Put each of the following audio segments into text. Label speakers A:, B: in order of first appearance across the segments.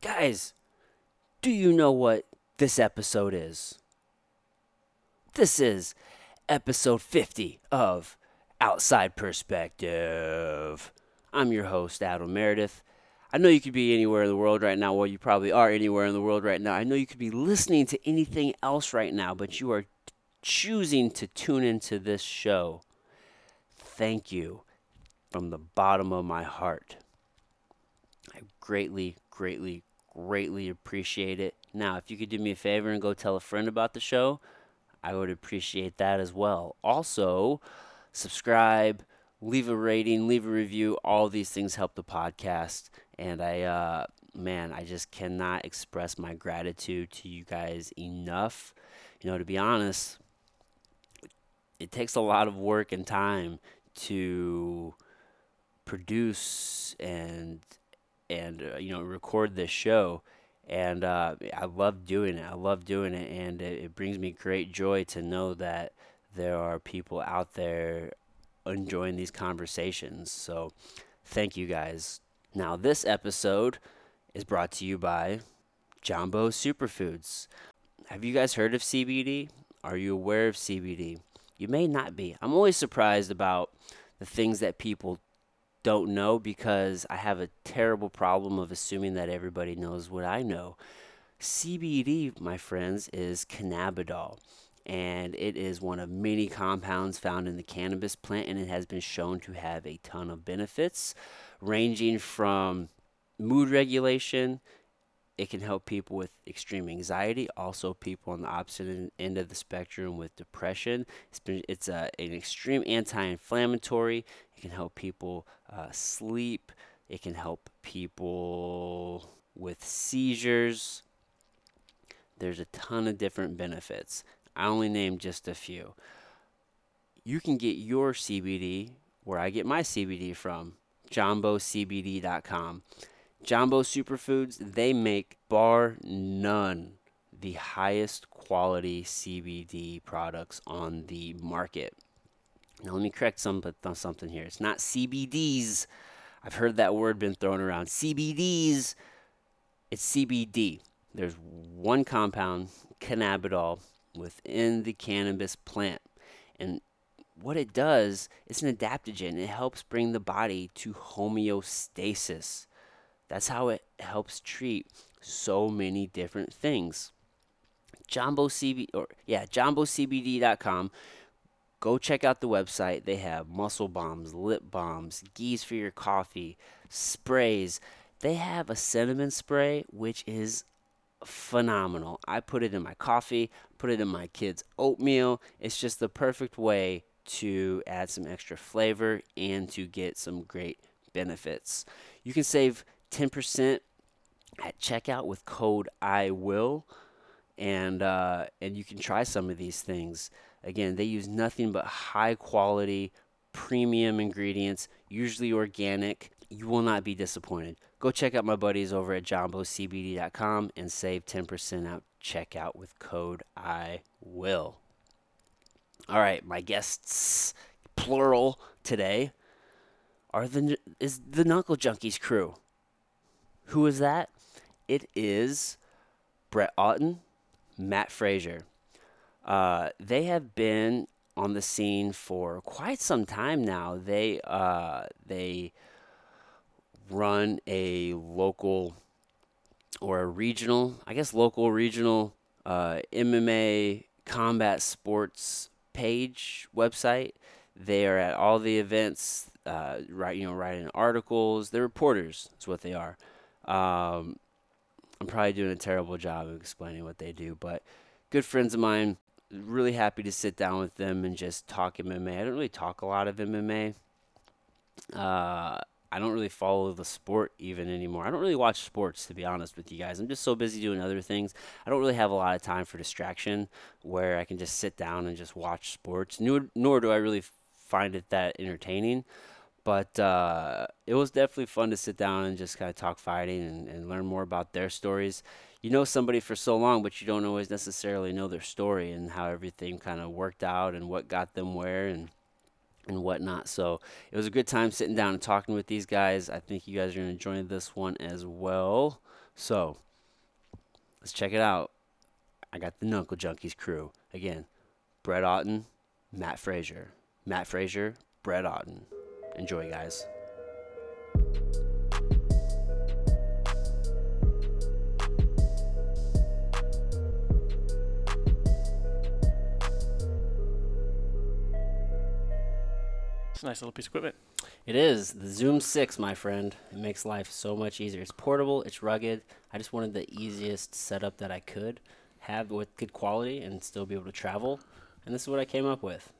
A: Guys, do you know what this episode is? This is episode 50 of Outside Perspective. I'm your host, Adam Meredith. I know you could be anywhere in the world right now. Well, you probably are anywhere in the world right now. I know you could be listening to anything else right now, but you are t- choosing to tune into this show. Thank you from the bottom of my heart. I greatly, greatly, greatly appreciate it. Now, if you could do me a favor and go tell a friend about the show, I would appreciate that as well. Also, subscribe, leave a rating, leave a review. All these things help the podcast. And I, uh, man, I just cannot express my gratitude to you guys enough. You know, to be honest, it takes a lot of work and time to produce and and uh, you know record this show and uh, i love doing it i love doing it and it, it brings me great joy to know that there are people out there enjoying these conversations so thank you guys now this episode is brought to you by jumbo superfoods have you guys heard of cbd are you aware of cbd you may not be i'm always surprised about the things that people don't know because I have a terrible problem of assuming that everybody knows what I know. CBD, my friends, is cannabidiol, and it is one of many compounds found in the cannabis plant, and it has been shown to have a ton of benefits, ranging from mood regulation. It can help people with extreme anxiety, also people on the opposite end of the spectrum with depression. It's, been, it's a, an extreme anti-inflammatory. It can help people uh, sleep. It can help people with seizures. There's a ton of different benefits. I only named just a few. You can get your CBD where I get my CBD from, jombocbd.com. Jumbo Superfoods, they make bar none the highest quality CBD products on the market. Now let me correct some but th- something here. It's not CBDs. I've heard that word been thrown around. CBDs. It's CBD. There's one compound, cannabidiol, within the cannabis plant, and what it does, it's an adaptogen. It helps bring the body to homeostasis. That's how it helps treat so many different things. Jumbo CB or yeah, jombocbd.com go check out the website. They have muscle bombs, lip balms, geese for your coffee, sprays. They have a cinnamon spray which is phenomenal. I put it in my coffee, put it in my kids' oatmeal. It's just the perfect way to add some extra flavor and to get some great benefits. You can save 10% at checkout with code I will and uh, and you can try some of these things. Again, they use nothing but high quality, premium ingredients, usually organic. You will not be disappointed. Go check out my buddies over at jombocbd.com and save 10% out checkout with code I will. All right, my guests, plural today, are the is the Knuckle Junkies crew. Who is that? It is Brett Otten, Matt Frazier. Uh, they have been on the scene for quite some time now. They uh, they run a local or a regional, I guess local regional uh, MMA combat sports page website. They are at all the events, uh, write you know writing articles. They're reporters. That's what they are. Um, I'm probably doing a terrible job of explaining what they do, but good friends of mine. Really happy to sit down with them and just talk MMA. I don't really talk a lot of MMA. Uh, I don't really follow the sport even anymore. I don't really watch sports, to be honest with you guys. I'm just so busy doing other things. I don't really have a lot of time for distraction where I can just sit down and just watch sports, nor, nor do I really find it that entertaining but uh, it was definitely fun to sit down and just kind of talk fighting and, and learn more about their stories. You know somebody for so long, but you don't always necessarily know their story and how everything kind of worked out and what got them where and and whatnot. So it was a good time sitting down and talking with these guys. I think you guys are enjoying this one as well. So let's check it out. I got the Nunkle Junkies crew. Again, Brett Otten, Matt Frazier. Matt Frazier, Brett Otten. Enjoy, guys.
B: It's a nice little piece of equipment.
A: It is the Zoom 6, my friend. It makes life so much easier. It's portable, it's rugged. I just wanted the easiest setup that I could have with good quality and still be able to travel. And this is what I came up with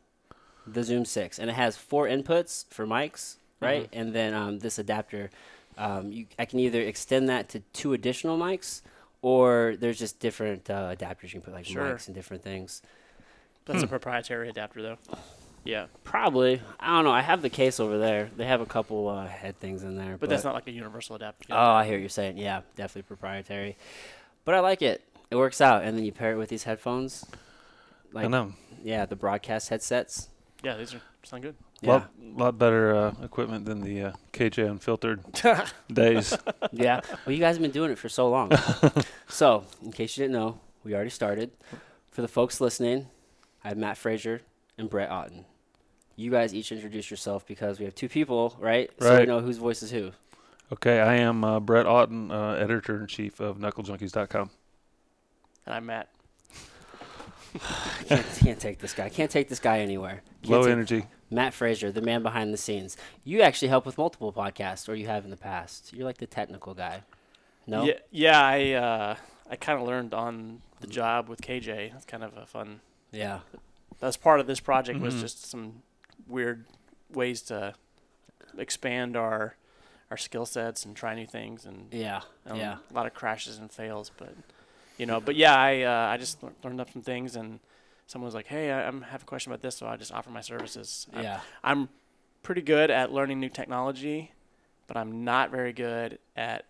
A: the Zoom 6. And it has four inputs for mics, right? And then um, this adapter, um, you, I can either extend that to two additional mics or there's just different uh, adapters you can put, like
B: Sure.
A: mics and different things.
B: That's a proprietary adapter, though. Yeah,
A: Probably. I don't know. I have the case over there. They have a couple uh, head things in there.
B: but, that's not like a universal adapter.
A: Oh, I hear what you're saying. Yeah, definitely proprietary. But I like it. It works out. And then you pair it with these headphones.
C: I
A: Like,
C: know.
A: yeah, the broadcast headsets.
B: yeah, these are sound good.
A: Yeah.
C: Lot, lot better uh, equipment than the uh, KJ Unfiltered days.
A: yeah. Well, you guys have been doing it for so long. so, in case you didn't know, we already started. For the folks listening, I have Matt Frazier and Brett Otten. You guys each introduce yourself because we have two people, right? So we
C: Right.
A: know whose voice is who.
C: Okay, I am uh, Brett Otten, uh, editor in chief of KnuckleJunkies.com.
B: And I'm Matt.
A: I can't, can't take this guy. Can't take this guy anywhere. Can't
C: Low
A: take-
C: energy.
A: Matt Frazier, the man behind the scenes. You actually help with multiple podcasts, or you have in the past. You're like the technical guy. No,
B: Yeah, yeah. I uh, I kind of learned on
A: Mm-hmm.
B: the job with KJ. That's kind of a fun.
A: yeah,
B: That's part of this project was
A: Mm-hmm.
C: Mhm.
B: just some weird ways to expand our our skill sets and try new things and
A: yeah,
B: Um,
A: yeah.
B: A lot of crashes and fails, but you know, but yeah, I uh, I just lear- learned up some things, and someone was like, "Hey, I I'm, have a question about this," so I just offer my services. I'm,
A: yeah.
B: I'm pretty good at learning new technology, but I'm not very good at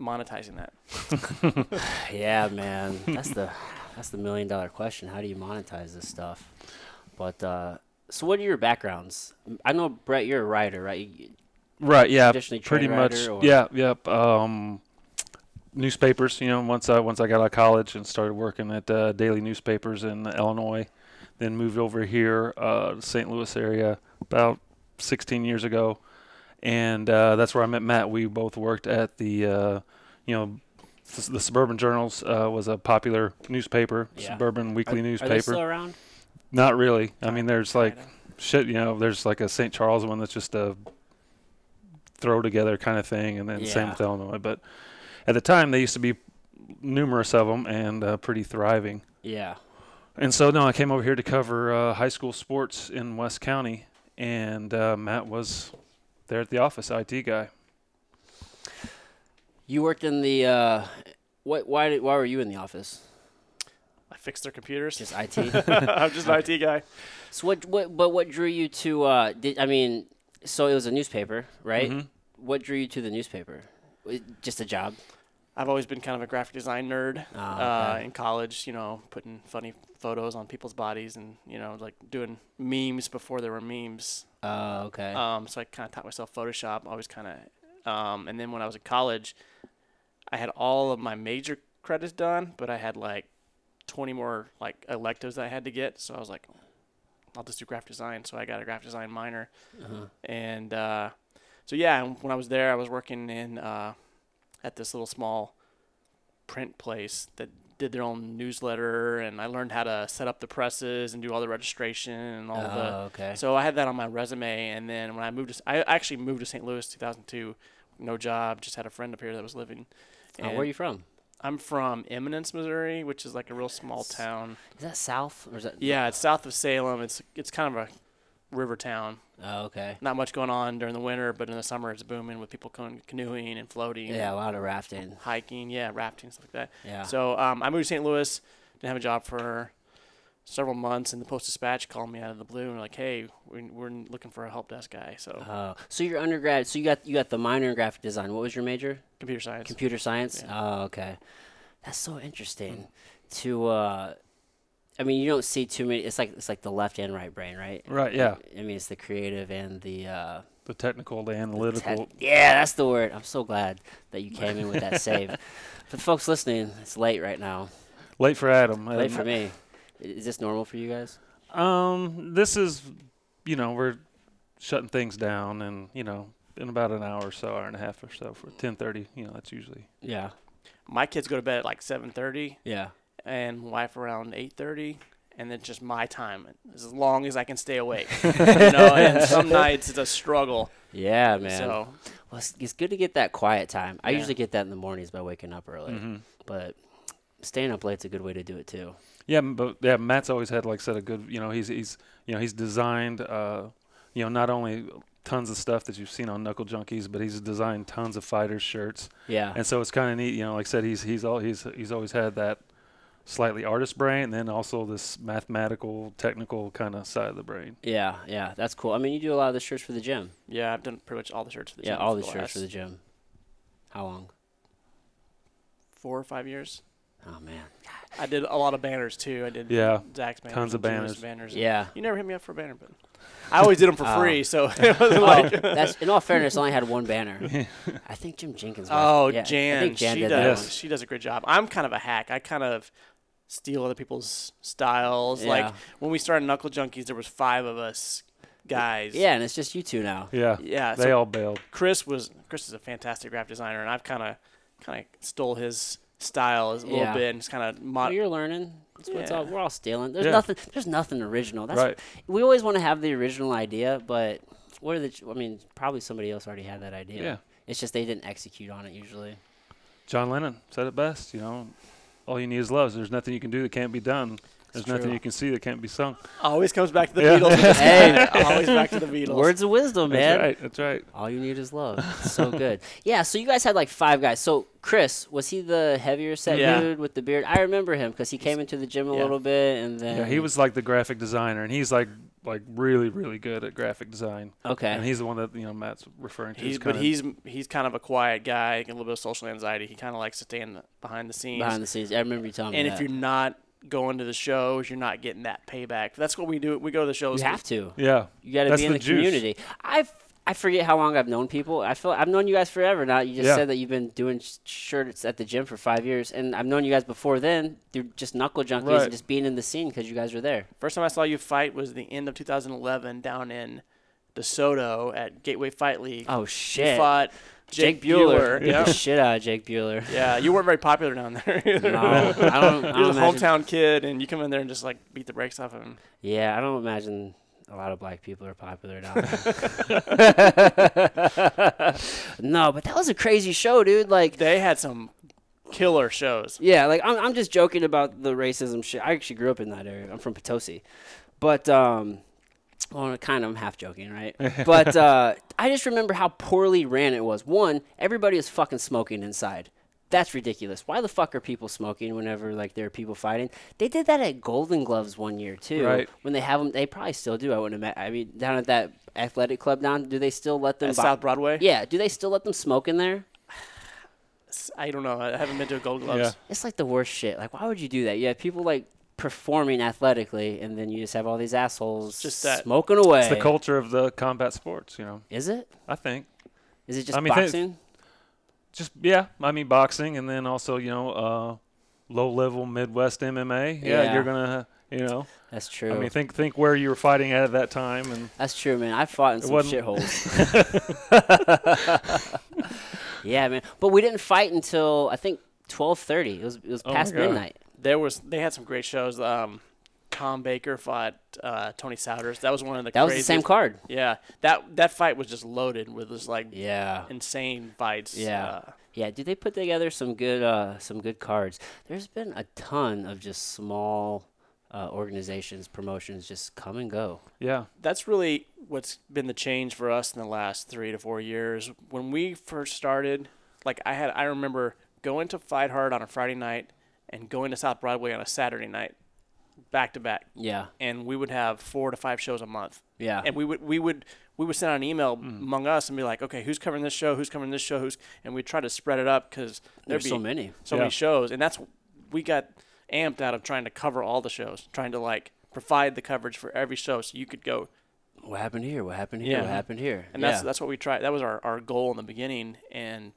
B: monetizing that.
A: Yeah, man. That's the that's the million dollar question. How do you monetize this stuff? But uh, so, what are your backgrounds? I know Brett, you're a writer, right? You, you
C: Right, yeah.
A: traditionally
C: Pretty
A: trained
C: much.
A: writer, or-
C: Yeah, yep. Um, newspapers, you know, once I, once I got out of college and started working at uh, daily newspapers in Illinois, then moved over here uh, to St. Louis area about 16 years ago. And uh, that's where I met Matt. We both worked at the, uh, you know, s- the Suburban Journals uh, was a popular newspaper,
A: Yeah.
C: suburban
A: Are,
C: weekly
A: Are they still
C: newspaper.
A: around?
C: Not really. I mean, there's like
B: Kinda.
C: shit, you know, there's like a St. Charles one that's just a throw together kind of thing, and then same
A: Yeah.
C: with Illinois. But at the time, they used to be numerous of them and uh, pretty thriving.
A: Yeah.
C: And so, no, I came over here to cover uh, high school sports in West County, and uh, Matt was there at the office, IT guy.
A: You worked in the uh, what? Why did? Why were you in the office?
B: I fixed their computers.
A: Just IT.
B: I'm just an IT guy.
A: So what, what? But what drew you to? Uh, did, I mean, so it was a newspaper, right?
B: Mm-hmm.
C: Mhm.
A: What drew you to the newspaper? It- Just a job.
B: I've always been kind of a graphic design nerd.
A: Ah,
B: uh, in college, you know, putting funny photos on people's bodies and you know, like doing memes before there were memes.
A: Oh, okay.
B: Um, so I kind of taught myself Photoshop. Always kind of, um, and then when I was in college, I had all of my major credits done, but I had like 20 more like electives that I had to get. So I was like, I'll just do graphic design. So I got a graphic design minor,
A: Uh-huh.
B: and uh, so yeah, and when I was there, I was working in uh, at this little small print place that did their own newsletter, and I learned how to set up the presses and do all the registration and all the
A: Oh, okay.
B: so I had that on my resume, and then when I moved to, I actually moved to St. Louis, 2002, no job, just had a friend up here that was living.
A: Uh, where
B: And
A: are you from?
B: I'm from Eminence, Missouri, which is like a real small town.
A: Is that south or is that?
B: Yeah, it's south of Salem. It's it's kind of a river town.
A: Oh, okay.
B: Not much going on during the winter, but in the summer it's booming with people going canoeing and floating, and
A: Yeah, a lot of rafting.
B: hiking, yeah, rafting stuff like that.
A: Yeah.
B: So um, I moved to St. Louis, didn't have a job for several months, and the Post Dispatch called me out of the blue and like, hey, we're, we're looking for a help desk guy. So
A: Oh, so your undergrad. So you got you got the minor in graphic design. What was your major?
B: computer science.
A: Computer science. Oh, okay. That's so
B: Mm.
A: interesting. To, uh, I mean, you don't see too many. It's like it's like the left and right brain, right?
C: Right, yeah.
A: I mean, it's the creative and the uh,
C: the technical, the analytical.
A: Tech- yeah, that's the word. I'm so glad that you came in with that save. For the folks listening, it's late right now.
C: Late for Adam.
A: Late for
C: Adam-
A: me. I- Is this normal for you guys?
C: Um, this is, you know, we're shutting things down, and you know, in about an hour or so, hour and a half or so, for ten thirty. You know, that's usually.
A: Yeah.
B: My kids go to bed at like 7:30
A: Yeah.
B: and wife around 8:30. And then just my time, as long as I can stay awake. you know, and some nights it's a struggle.
A: Yeah, man.
B: So
A: Well, it's, it's good to get that quiet time. I
B: Yeah.
A: usually get that in the mornings by waking up early,
C: Mhm.
A: but staying up late's a good way to do it too.
C: Yeah, m- but yeah, Matt's always had like said a good. You know, he's he's you know he's designed. Uh, you know, not only tons of stuff that you've seen on Knuckle Junkies, but he's designed tons of fighters shirts,
A: Yeah.
C: and so it's kind of neat. You know, like I said, he's he's all he's he's always had that slightly artist brain, and then also this mathematical, technical kind of side of the brain.
A: yeah, yeah, that's cool. I mean, you do a lot of the shirts for the gym.
B: yeah, I've done pretty much all the shirts for the
A: yeah,
B: gym
A: all
B: for
A: the shirts for the
B: last
A: gym. How long?
B: four or five years.
A: Oh man.
B: I did a lot of banners too. I did
C: Yeah,
B: Zach's banners,
C: tons of
B: and Jim's
C: banners.
B: banners.
A: Yeah.
B: You never hit me up for a banner, but I always did them for
A: Oh.
B: free. So it was
A: Oh,
B: like,
A: that's in all fairness, I only had one banner. I think Jim Jenkins. might-
B: oh,
A: yeah, I
B: Jan,
A: think Jan
B: she
A: did
B: does.
A: that
C: one.
B: She does a great job. I'm kind of a hack. I kind of steal other people's styles. Like
A: Yeah.
B: when we started Knuckle Junkies, there was five of us guys.
A: one. Yeah, and it's just you two now.
C: Yeah,
B: yeah.
C: they
B: so
C: all bailed.
B: Chris was Chris is a fantastic graphic designer, and I've kind of kind of stole his style a little
A: Yeah.
B: bit and just kind of
A: Well,
B: mod-
A: you're learning. That's what it's all,
B: Yeah.
A: we're all stealing. There's
C: Yeah.
A: nothing. There's nothing original. That's
C: Right.
A: we always want to have the original idea, but what are the? ch- I mean, probably somebody else already had that idea.
C: yeah.
A: It's just they didn't execute on it usually.
C: John Lennon said it best, you know, all you need is love. There's nothing you can do that can't be done. There's nothing
A: true.
C: you can see that can't be sung.
B: always comes back to the
C: Yeah.
B: Beatles. with this
A: Hey.
B: guy. always back to the Beatles.
A: Words of wisdom, man.
C: That's right. That's right.
A: All you need is love. so good. Yeah. So you guys had like five guys. So Chris was he the heavier set
B: Yeah.
A: dude with the beard? I remember him because he came into the gym a
B: yeah.
A: little bit and then
C: Yeah, he was like the graphic designer, and he's like like really really good at graphic design. And
A: okay.
C: he's the one that you know Matt's referring to.
B: He's,
C: kinda,
B: but he's he's kind of a quiet guy, a little bit of social anxiety. He kind of likes to stay in the, behind the scenes.
A: Behind the scenes, I remember you telling me
B: and if
A: that.
B: you're not going to the shows, you're not getting that payback. That's what we do. We go to the shows.
A: you have to.
C: yeah.
A: You got to
C: That's
A: be in the,
C: the juice.
A: community. I I forget how long I've known people. I feel I've known you guys forever now. You just
C: Yeah.
A: said that you've been doing sh- shirts at the gym for five years, and I've known you guys before then through just knuckle junkies
C: Right.
A: and just being in the scene because you guys were there.
B: First time I saw you fight was the end of 2011 down in DeSoto at Gateway Fight League.
A: Oh
B: You
A: shit!
B: fought Jake, Bueller.
A: Beat
B: Yeah.
A: the shit out of Jake Bueller.
B: yeah, you weren't very popular down there. Either.
A: No, I don't. I don't
B: You're the
A: imagine-
B: hometown kid, and you come in there and just like beat the brakes off of him.
A: Yeah, I don't imagine a lot of black people are popular now. no, but that was a crazy show, dude. Like
B: They had some killer shows.
A: Yeah, like I'm, I'm just joking about the racism shit. I actually grew up in that area. I'm from Potosi, but um, well, kind of I'm half joking, right? but uh, I just remember how poorly ran it was. One, everybody is fucking smoking inside. That's ridiculous. Why the fuck are people smoking whenever like there are people fighting? They did that at Golden Gloves one year too.
C: Right.
A: When they have them, they probably still do. I wouldn't imagine. I mean, down at that athletic club down, do they still let them?
B: At
A: bo-
B: South Broadway.
A: yeah. Do they still let them smoke in there?
B: S- I don't know. I haven't been to a Gold
C: Yeah.
B: Gloves.
A: It's like the worst shit. Like, why would you do that? You have people like performing athletically, and then you just have all these assholes
B: Just that-
A: smoking away.
C: It's the culture of the combat sports, you know.
A: Is it?
C: I think
A: Is it just
C: I mean, think-
A: boxing?
C: just yeah. I mean boxing, and then also you know uh, low level Midwest MMA. Yeah,
A: Yeah.
C: you're gonna you know.
A: That's true.
C: I mean think think where you were fighting at at that time, and
A: That's true, man. I fought in some
C: wasn't-
A: shitholes. yeah, man. But we didn't fight until I think twelve thirty. It was it was
C: Oh my
A: past
C: God.
A: midnight.
B: There was they had some great shows. Um, Tom Baker fought uh, Tony Souders. That was one of the
A: That was the
B: craziest-
A: same card.
B: Yeah, that that fight was just loaded with this like
A: Yeah.
B: insane fights.
A: Yeah.
B: uh,
A: Yeah, dude, they put together some good uh, some good cards. There's been a ton of just small uh, organizations, promotions just come and go.
C: yeah,
B: that's really what's been the change for us in the last three to four years. When we first started, like I had, I remember going to Fight Hard on a Friday night and going to South Broadway on a Saturday night, back to back,
A: Yeah,
B: and we would have four to five shows a month.
A: yeah.
B: and we would we would we would send out an email
A: Mm.
B: among us and be like, okay, who's covering this show? Who's covering this show? Who's and we try to spread it up because there'd
A: There's
B: be
A: so many.
B: so
C: Yeah.
B: many shows, and that's we got amped out of trying to cover all the shows, trying to like provide the coverage for every show, so you could go
A: what happened here? What happened here?
B: Yeah.
A: What happened here?
B: and that's
A: Yeah.
B: that's what we tried. That was our, our goal in the beginning, and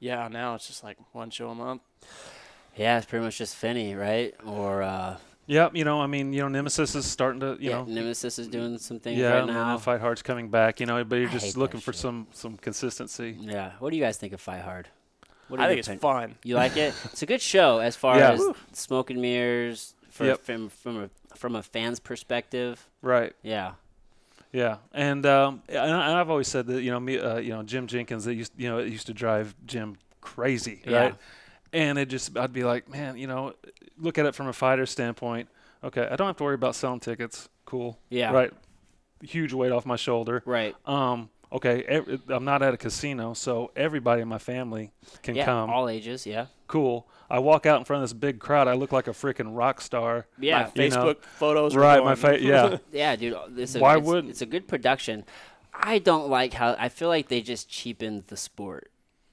B: yeah, now it's just like one show a month.
A: yeah, it's pretty much just Finney, right? Or uh,
C: Yep, you know, I mean, you know, Nemesis is starting to, you
A: yeah,
C: know,
A: Nemesis is doing some things
C: yeah,
A: right
C: and then
A: now.
C: Fight Hard's coming back, you know, but you're
A: I hate
C: just
A: that
C: looking for
A: shit.
C: some some consistency.
A: yeah. What do you guys think of Fight Hard? What
B: I
A: are
B: think
A: your
B: it's
A: opin-
B: fun.
A: You like it? It's a good show as far
C: Yeah.
A: as smoke and mirrors for,
C: Yep.
A: from from a from a fan's perspective.
C: Right.
A: Yeah.
C: Yeah, and um, and I- and I've always said that you know me, uh, you know Jim Jenkins, that used you know it used to drive Jim crazy,
A: Yeah.
C: right? And it just I'd be like, man, you know, look at it from a fighter standpoint. Okay, I don't have to worry about selling tickets. Cool.
A: Yeah.
C: Right. Huge weight off my shoulder.
A: Right.
C: Um. Okay. ev I'm not at a casino, so everybody in my family can
A: Yeah.
C: come.
A: All ages. Yeah.
C: cool. I walk out in front of this big crowd. I look like a freaking rock star.
A: Yeah.
B: my
C: you know.
B: Facebook photos. were
C: Right. My
B: going-
C: fa- Yeah.
A: Yeah, dude. uh, It's a,
C: Why
A: it's,
C: wouldn't-
A: It's a good production. I don't like how I feel like they just cheapened the sport.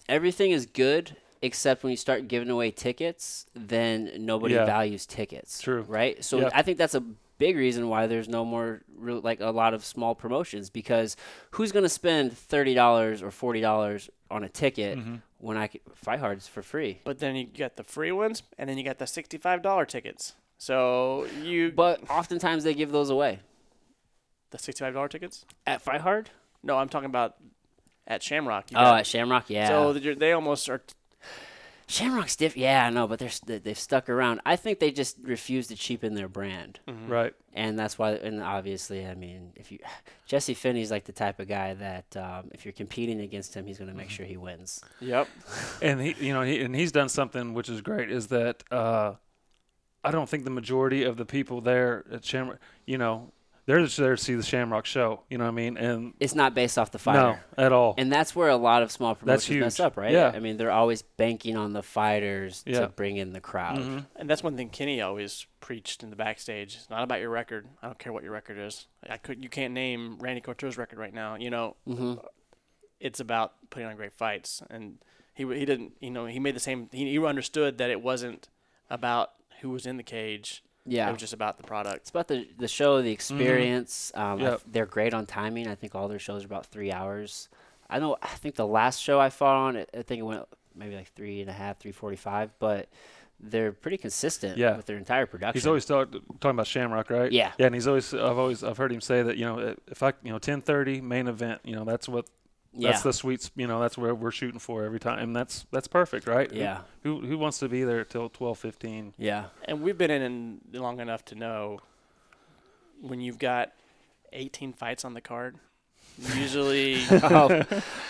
A: Everything is good except when you start giving away tickets, then nobody
C: Yeah.
A: values tickets.
C: True.
A: Right. So
C: Yeah.
A: I think that's a big reason why there's no more real, like a lot of small promotions because who's going to spend thirty dollars or forty dollars on a ticket
C: Mm-hmm.
A: when I could fight hards for free?
B: But then you got the free ones, and then you got the sixty-five dollar tickets. So you
A: But oftentimes they give those away
B: the sixty-five dollar tickets?
A: at fight hard.
B: No, I'm talking about at Shamrock. you
A: Oh,
B: got-
A: at Shamrock. Yeah.
B: so that you're- they almost are.
A: Shamrock's diff. Yeah, I know, but they're s- they- they've stuck around. I think they just refuse to cheapen their brand,
C: Right.
A: and that's why. And obviously, I mean, if you Jesse Finney's like the type of guy that um, if you're competing against him, he's going to
C: Mm-hmm.
A: make sure he wins.
B: Yep.
C: and he you know he, and he's done something which is great is that uh i don't think the majority of the people there at shamrock you know they're just there to see the shamrock show you know what i mean and
A: It's not based off the fighter,
C: no at all
A: and that's where a lot of small
C: That's
A: promotions mess
C: huge.
A: up, right?
C: Yeah.
A: I mean, they're always banking on the fighters
C: Yeah. Mm-hmm.
A: to bring in the crowd.
B: And that's one thing Kenny always preached in the backstage. It's not about your record. I don't care what your record is. I could you can't name Randy Couture's record right now. You know,
A: Mm-hmm.
B: it's about putting on great fights. And he w- he didn't you know he made the same. He, he understood that it wasn't about who was in the cage.
A: Yeah.
B: it was just about the product.
A: It's about the the show, the experience. Um, I
C: Mm-hmm. Yep.
A: f- they're great on timing. I think all their shows are about three hours. I know. I think the last show I fought on, it, I think it went maybe like three and a half, three forty-five. But they're pretty consistent
C: Yeah.
A: with their entire production.
C: he's always talk, talking about shamrock right
A: Yeah.
C: yeah and he's always i've always i've heard him say that you know eh, if i you know 1030 main event you know that's what
A: yeah,
C: that's the sweet s- you know that's where we're shooting for every time and that's that's perfect right Who-
A: Yeah.
C: who who wants to be there till 1215
A: yeah,
B: And we've been in it long enough to know when you've got 18 fights on the card. Usually,
A: Oh,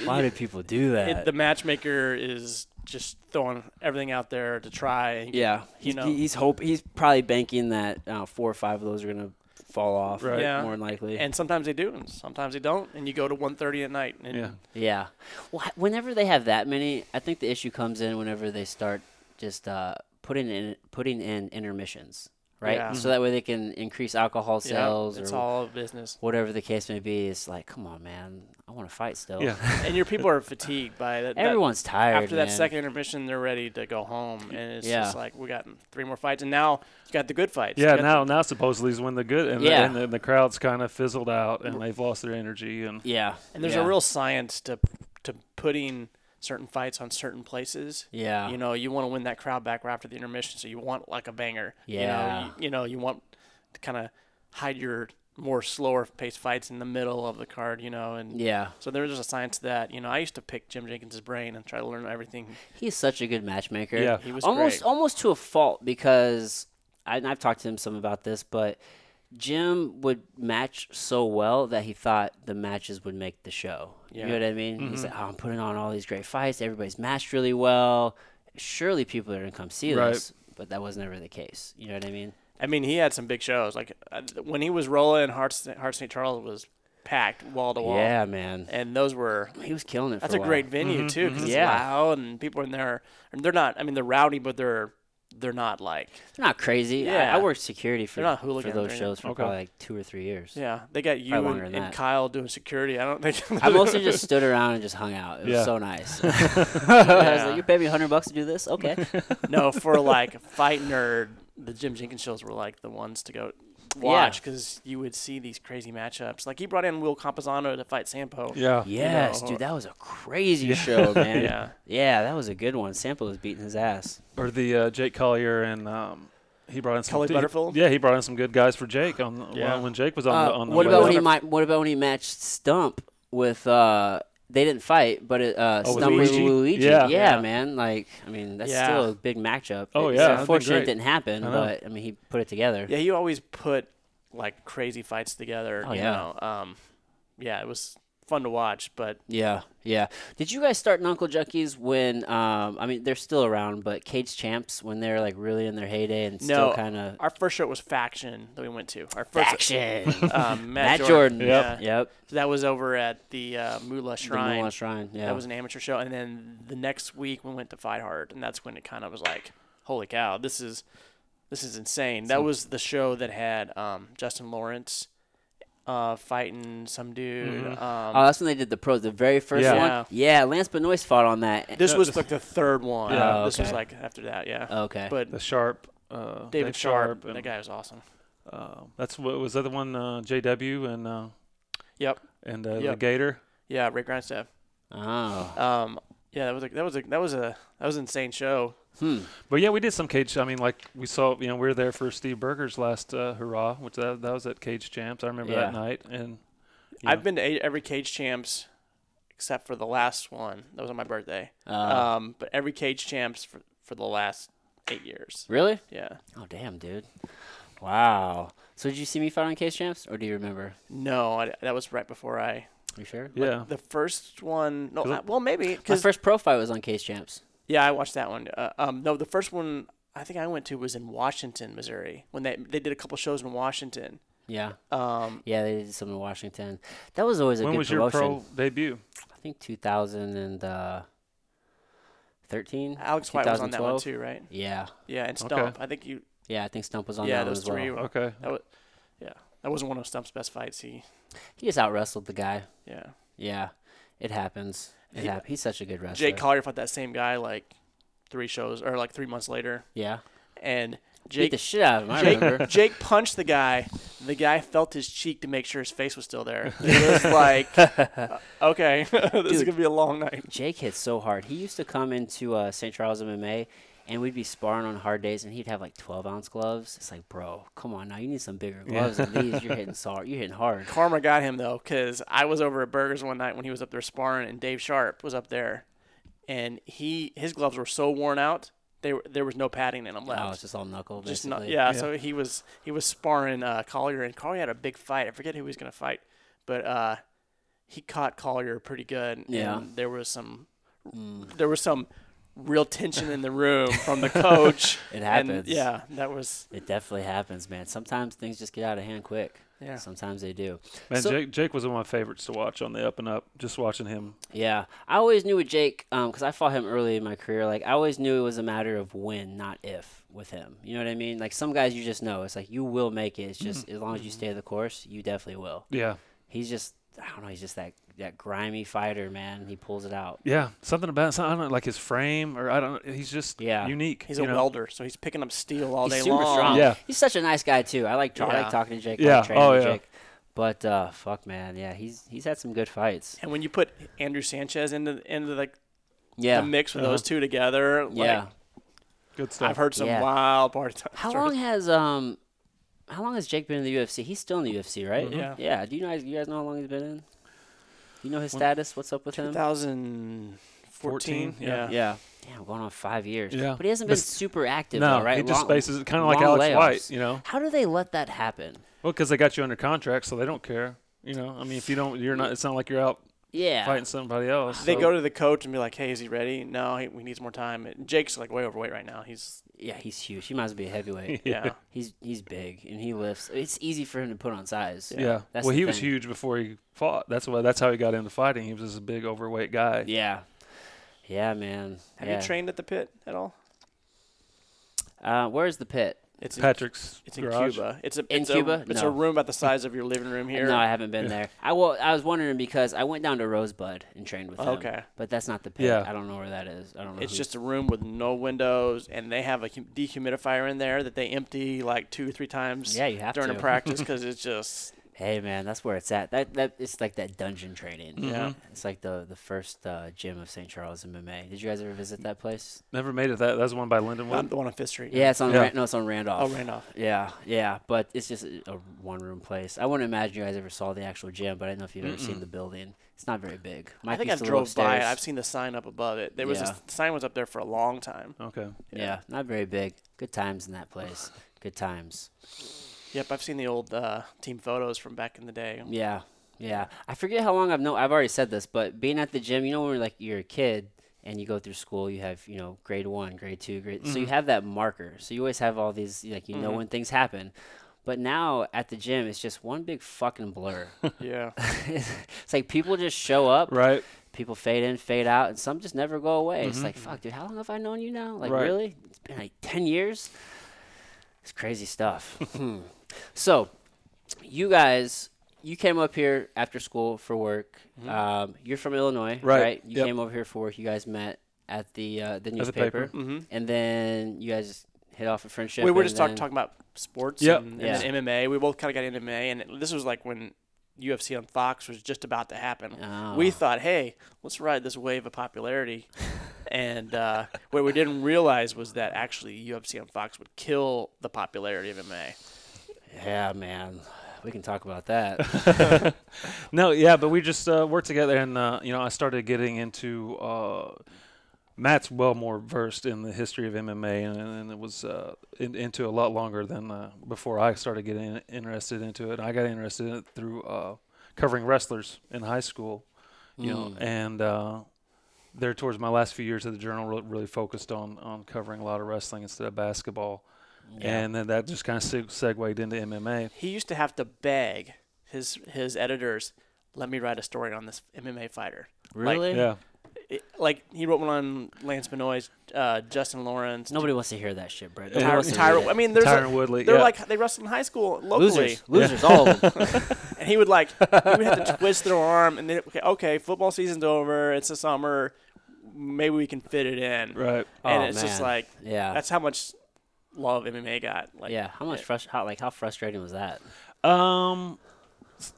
A: Why do people do that?
B: it, the matchmaker is just throwing everything out there to try. and get-
A: yeah,
B: you
A: he's,
B: know.
A: he's hope he's probably banking that uh, four or five of those are gonna fall off.
C: Right.
B: Yeah.
A: more than likely.
B: And sometimes they do, and sometimes they don't. And you go to 1:30 at night. And
C: Yeah.
A: Yeah. Well, h- whenever they have that many, I think the issue comes in whenever they start just uh, putting in putting in intermissions, right?
B: Yeah.
A: So that way they can increase alcohol
B: yeah,
A: sales
B: it's
A: or
B: all business.
A: whatever the case may be. It's like, come on, man, I want to fight still.
C: yeah
B: And your people are fatigued by that. that-
A: Everyone's tired.
B: after that
A: man.
B: second intermission, they're ready to go home, and it's
A: Yeah.
B: just like we got three more fights, and now you got the good fights. You
C: Yeah,
B: got
C: now now supposedly is when the good and,
A: Yeah.
C: the, and the, the crowd's kind of fizzled out and they've lost their energy and
A: Yeah.
B: And there's
A: yeah.
B: a real science to to putting certain fights on certain places.
A: Yeah.
B: You know, you want to win that crowd back right after the intermission, so you want like a banger. You
A: Yeah.
B: know, you, you, know, you want to kind of hide your more slower paced fights in the middle of the card. You know, and
A: Yeah.
B: so there's a science to that. You know, I used to pick Jim Jenkins' brain and try to learn everything.
A: He's such a good matchmaker.
C: Yeah.
B: He was
A: almost
B: great.
A: almost to a fault because I, and I've talked to him some about this, but Jim would match so well that he thought the matches would make the show. You know
B: Yeah.
A: what I mean? He's like, "Oh, I'm putting on all these great fights. Everybody's matched really well. Surely people are gonna come see
C: Right.
A: this." But that was never the case. You know what I mean?
B: I mean, he had some big shows. Like uh, when he was rolling, Hart Hart St. Charles was packed wall to wall.
A: Yeah, man.
B: And those were
A: He was killing it.
B: That's
A: for a,
B: a
A: while. Mm-hmm,
B: great venue too, 'cause it's
A: Yeah.
B: loud and people are in there. And they're not. I mean, they're rowdy, but they're they're not like.
A: They're not crazy. Yeah,
B: Yeah.
A: I, worked security for,
B: They're not
A: for
B: hooligans or
A: those
B: anything.
A: shows for
C: Okay.
A: probably like two or three years.
B: Yeah, they got you
A: Probably longer
B: and,
A: than
B: and
A: that.
B: Kyle doing security. I don't think.
A: I mostly just stood around and just hung out. It was
C: Yeah.
A: so nice. I was
B: Yeah.
A: like, you pay me hundred bucks to do this? Okay.
B: no for like fight nerd. The Jim Jenkins shows were like the ones to go. watch because you would see these crazy matchups. Like he brought in Will Campazano to fight Sampo.
C: Yeah.
A: Yes, dude, that was a crazy show, man. yeah. that was a good one. Sample was beating his ass.
C: Or the uh, Jake Collier and um, he brought in some
B: Kelly
C: he-
B: Butterfield?
C: Yeah, he brought in some good guys for Jake on the,
B: Yeah.
C: when Jake was on
A: Uh,
C: the on the
A: what about
C: web.
A: when he might? What about when he matched Stump with? uh They didn't fight, but it, uh,
C: Oh, with
A: Stump
C: Luigi?
A: with Luigi.
C: Yeah.
A: Yeah.
B: Yeah.
A: man. Like, I mean, that's
B: Yeah.
A: still a big matchup.
C: Oh,
A: It's
C: yeah, that'd been
A: unfortunately,
C: great.
A: it didn't happen.
C: I know.
A: But I mean, he put it together.
B: Yeah, he always put like crazy fights together.
A: Oh,
B: you
A: yeah.
B: know. Um, yeah, it was fun to watch, but
A: Yeah, yeah. Did you guys start in Uncle Junkies when? Um, I mean, they're still around, but Cage Champs when they're like really in their heyday and
B: No.
A: still kind of
B: our first show was Faction that we went to. Our first
A: action.
B: Um, Matt,
A: Matt Jordan.
B: Yeah.
A: Yep.
B: So that was over at the uh, Moolah
A: The
B: Shrine.
A: Moolah Shrine. Yeah.
B: That was an amateur show, and then the next week we went to Fight Hard, and that's when it kind of was like, "Holy cow, this is, this is insane." That was the show that had um, Justin Lawrence uh, fighting some dude. Um,
A: Oh, that's when they did the pros, the very first
C: Yeah.
B: Yeah.
A: one. Yeah, Lance Benoist fought on that.
B: this was like the third one.
C: Yeah.
A: Oh,
B: This was
A: okay.
B: like after that, yeah.
A: okay.
B: But
C: the Sharp? Uh,
B: David
C: Dave
B: Sharp,
C: and,
B: that guy was awesome.
C: uh, that's what was that the one uh, JW and uh,
B: Yep.
C: and uh, the
B: Yep.
C: Gator.
B: Yeah, Rick Grindstaff.
A: oh.
B: Um, yeah, that was a, that was a, that was a that was an insane show.
A: Hmm.
C: But yeah, we did some cage. I mean, like we saw, you know, we were there for Steve Berger's last uh, hurrah, which that, that was at Cage Champs. I remember
A: Yeah.
C: that night, and Yeah.
B: I've been to a- every Cage Champs except for the last one. That was on my birthday.
A: Uh,
B: um, but every Cage Champs for, for the last eight years.
A: really?
B: Yeah.
A: Oh, damn, dude. Wow. So did you see me fight on Cage Champs, or do you remember?
B: No, I, that was right before I.
A: You sure?
C: yeah,
B: The first one. No,
C: Cause-
B: I- well, maybe.
A: My
B: 'cause-
A: first pro fight was on Cage Champs.
B: yeah, I watched that one. Uh, um, no, the first one I think I went to was in Washington, Missouri, when they they did a couple shows in Washington.
A: Yeah.
B: Um,
A: Yeah, they did some in Washington. That was always a
C: when
A: good
C: was
A: promotion.
C: your pro debut?
A: I think 2013.
B: Alex White was on that one
A: 2012?
B: too, right?
A: Yeah.
B: Yeah, and
C: Okay.
B: Stump. I think you.
A: Yeah, I think Stump was on
B: yeah,
A: that
B: those
A: one as
B: three.
A: well.
B: were-
C: Okay,
B: That was, yeah, that wasn't one of Stump's best fights. He.
A: He just out wrestled the guy.
B: Yeah.
A: Yeah, it happens. It
B: He-
A: hap- He's such a good wrestler.
B: Jake Collier fought that same guy like three shows or like three months later,
A: yeah,
B: and
A: beat
B: Jake
A: the shit out of him. I remember.
B: Jake, Jake punched the guy. The guy felt his cheek to make sure his face was still there. It was like, uh, okay, this is
A: Dude.
B: gonna be a long night.
A: Jake hits so hard. He used to come into uh, St. Charles MMA, and we'd be sparring on hard days, and he'd have like 12 ounce gloves. It's like, bro, come on now, you need some bigger gloves than these. You're hitting so You're hitting hard.
B: Karma got him though, because I was over at Burgers one night when he was up there sparring, and Dave Sharp was up there, and he his gloves were so worn out, they were, there was no padding in them left.
A: Oh, it's just all knuckle.
B: just
A: basically.
B: not, yeah, So he was he was sparring uh, Collier, and Collier had a big fight. I forget who he was gonna fight, but uh, he caught Collier pretty good.
A: Yeah.
B: and there was some
A: Mm.
B: there was some real tension in the room from the coach.
A: It
B: and,
A: happens.
B: yeah, that was
A: It definitely happens, man. Sometimes things just get out of hand quick.
B: yeah.
A: Sometimes they do.
C: man.
A: So-
C: Jake Jake was one of my favorites to watch on the up and up. Just watching him.
A: Yeah, I always knew with Jake because I fought him early in my career. Like I always knew it was a matter of when, not if, with him. You know what I mean? Like some guys, you just know it's like you will make it. It's just
B: Mm-hmm.
A: as long as you stay the course, you definitely will.
C: Yeah,
A: He's just I don't know. He's just that that grimy fighter, man. He pulls it out.
C: yeah. Something about some- I don't know, like his frame or I don't. know. He's just
A: Yeah.
C: unique.
B: He's
C: you
B: a
C: know?
B: welder, so he's picking up steel all
A: He's
B: day
A: super
B: long.
A: strong.
C: Yeah.
A: He's such a nice guy too. I like I
B: Yeah.
A: like talking to Jake. I
C: Yeah.
A: like training
C: Oh,
A: with
C: yeah.
A: Jake. But uh, fuck, man. Yeah, he's he's had some good fights.
B: And when you put Andrew Sanchez into into like
A: Yeah.
B: the mix with
C: Uh-huh.
B: those two together, like,
A: yeah.
C: Good stuff.
B: I've heard some
A: Yeah.
B: wild parts.
A: How long has um how long has Jake been in the UFC? He's still in the UFC, right?
B: Mhm. Yeah.
A: Yeah. Do you guys you guys know how long he's been in? You know his status? What's up with him?
B: 2014.
C: yeah.
B: Yeah.
A: Yeah. Damn, going on five years.
C: Yeah.
A: But he hasn't been
C: That's-
A: super active
C: no,
A: though, right?
C: he just
A: Long-
C: spaces it kind of like
A: long
C: Alex White.
A: layoffs.
C: You know,
A: How do they let that happen?
C: well, because they got you under contract, so they don't care. You know, I mean, if you don't, you're not. It's not like you're out
A: Yeah.
C: fighting somebody else.
B: They
C: so-
B: go to the coach and be like, "Hey, is he ready? No, he, we need some more time." And Jake's like way overweight right now. He's
A: Yeah, he's huge. He might as well be a heavyweight.
B: yeah,
A: he's he's big and he lifts. It's easy for him to put on size.
C: Yeah.
A: That's
C: well,
A: the
C: he was
A: thing.
C: huge before he fought. That's why. That's how he got into fighting. He was just a big overweight guy.
A: Yeah. Yeah, man.
B: Have
A: Yeah.
B: you trained at the pit at all?
A: Uh, where's the pit?
B: It's in,
C: Patrick's
B: It's in
C: garage.
B: Cuba. It's a
A: In
B: it's
A: Cuba?
B: A, it's
A: No.
B: a room about the size of your living room here.
A: No, I haven't been
C: Yeah.
A: there. I well, I was wondering because I went down to Rosebud and trained with them.
B: Okay.
A: but that's not the pit.
C: Yeah.
A: I don't know where that is. I don't know.
B: It's
A: who-
B: just a room with no windows, and they have a hum- dehumidifier in there that they empty like two or three times
A: yeah, you have
B: during
A: to.
B: a practice because it's just
A: Hey man, that's where it's at. That that it's like that dungeon training.
B: Yeah.
A: it's like the the first uh, gym of St. Charles MMA. Did you guys ever visit that place?
C: Never made it. That that's the one by Lindenwood.
B: I'm the one on Fifth Street.
A: Yeah, it's on.
C: Yeah.
A: Ran- no, it's on Randolph.
B: Oh, Randolph.
A: Yeah, yeah, but it's just a, a one room place. I wouldn't imagine you guys ever saw the actual gym, but I don't know if you've ever seen the building. It's not very big. Mike
B: I think
A: used
B: I've
A: to live
B: drove by it.
A: upstairs.
B: I've seen the sign up above it. There was
A: Yeah.
B: a s- sign was up there for a long time.
C: Okay.
A: Yeah. not very big. Good times in that place. Good times.
B: Yep, I've seen the old uh, team photos from back in the day.
A: Yeah, yeah. I forget how long I've known. I've already said this, but being at the gym, you know, when you're like you're a kid and you go through school, you have you know grade one, grade two, grade. So you have that marker. So you always have all these like you know when things happen. But now at the gym, it's just one big fucking blur.
B: Yeah,
A: it's like people just show up,
C: Right.
A: people fade in, fade out, and some just never go away. It's like, fuck, dude, how long have I known you now? Like,
C: Right.
A: really? It's been like 10 years? It's crazy stuff. Hmm. So, you guys, you came up here after school for work. Um, you're from Illinois, right?
C: Right.
A: You
C: Yep.
A: came over here for work. You guys met at the uh, the
C: At the
A: newspaper.
C: paper.
A: And then you guys hit off a friendship.
B: Mm-hmm. we were
A: and
B: just talk,
A: then-
B: talking about sports
C: Yep.
B: and,
A: Yeah.
B: and then MMA. We both kind of got into MMA, and it- this was like when UFC on Fox was just about to happen.
A: Ah.
B: We thought, hey, let's ride this wave of popularity. and uh, what we didn't realize was that actually UFC on Fox would kill the popularity of MMA.
A: Yeah, man. We can talk about that.
C: No, yeah, but we just uh, worked together, and uh, you know, I started getting into. Uh, Matt's well more versed in the history of MMA, and, and it was uh, in, into a lot longer than uh, before I started getting interested into it. I got interested in it through uh, covering wrestlers in high school, you know,
B: Hmm.
C: and uh, there towards my last few years at the Journal, re- really focused on on covering a lot of wrestling instead of basketball, and then that just kind of seg- segued into MMA.
B: He used to have to beg his his editors, let me write a story on this MMA fighter. Like,
A: really?
C: Yeah,
B: it- like he wrote one on Lance Benoist, uh, Justin Lawrence,
A: Nobody wants to hear that shit, Brett. Nobody
B: Tyra,
A: wants to hear
B: Tyra-
A: that.
B: I mean, there's a-
C: Tyron Woodley,
B: They're
C: yeah.
B: like they wrestled in high school locally,
A: Losers, losers, all of them.
B: and he would like he would have to twist their arm, and then okay, okay, football season's over. It's the summer. Maybe we can fit it in.
C: right.
B: And
A: Oh,
B: it's just
A: man.
B: like
A: Yeah,
B: that's how much love MMA got. Like
A: yeah. How much frust- how, like how frustrating was that?
C: Um, s-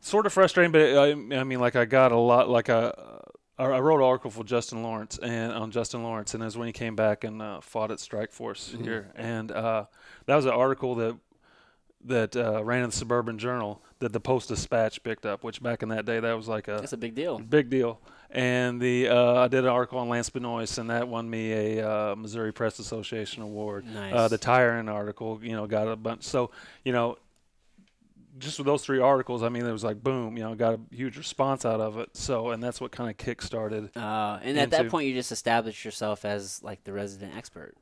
C: sort of frustrating, but it, I, I mean, like I got a lot. Like I, uh, I I wrote an article for Justin Lawrence and on Justin Lawrence, and it was when he came back and uh, fought at Strikeforce here, and uh, that was an article that that uh, ran in the Suburban Journal that the Post Dispatch picked up, which back in that day that was like a
B: Uh,
A: That's a big
B: mm-hmm.
A: deal.
C: big deal. And the uh, I did an article on Lance Benoist, and that won me a uh, Missouri Press Association award. Uh,
A: Nice.
C: the Tyron article, you know, got a bunch. So you know, just with those three articles, I mean, it was like boom, you know, got a huge response out of it. So and that's what kind of kick started,
A: Uh, and at that
C: Into-
A: point, you just established yourself as like the resident expert,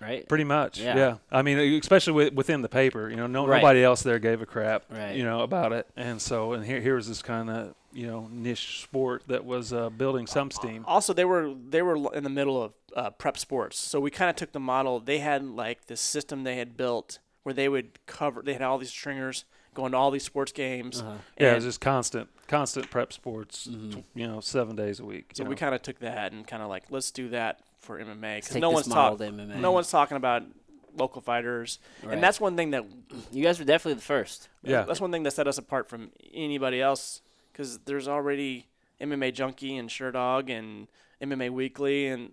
A: right?
C: pretty much.
A: Yeah.
C: Yeah. I mean, e, especially with, within the paper, you know, no,
A: Right.
C: nobody else there gave a crap,
A: Right.
C: you know, about it. And so and here here was this kind of you know niche sport that was uh, building some steam.
B: also they were they were in the middle of uh, prep sports so we kind of took the model they had like this system they had built where they would cover they had all these stringers going to all these sports games
A: Uh-huh.
C: Yeah, it
B: and
C: was just constant, constant prep sports.
A: Mm-hmm.
C: tw- You know, seven days a week.
B: so
C: you
B: we
C: know.
B: kind of took that and kind of like let's do that for mma because
A: take
B: no
A: this
B: one's
A: model to
B: talking
A: MMA.
B: no one's talking about local fighters
A: Right.
B: and that's one thing that
A: You guys were definitely the first.
C: Yeah.
B: that's one thing that set us apart from anybody else because there's already mma junkie and sure dog and mma weekly and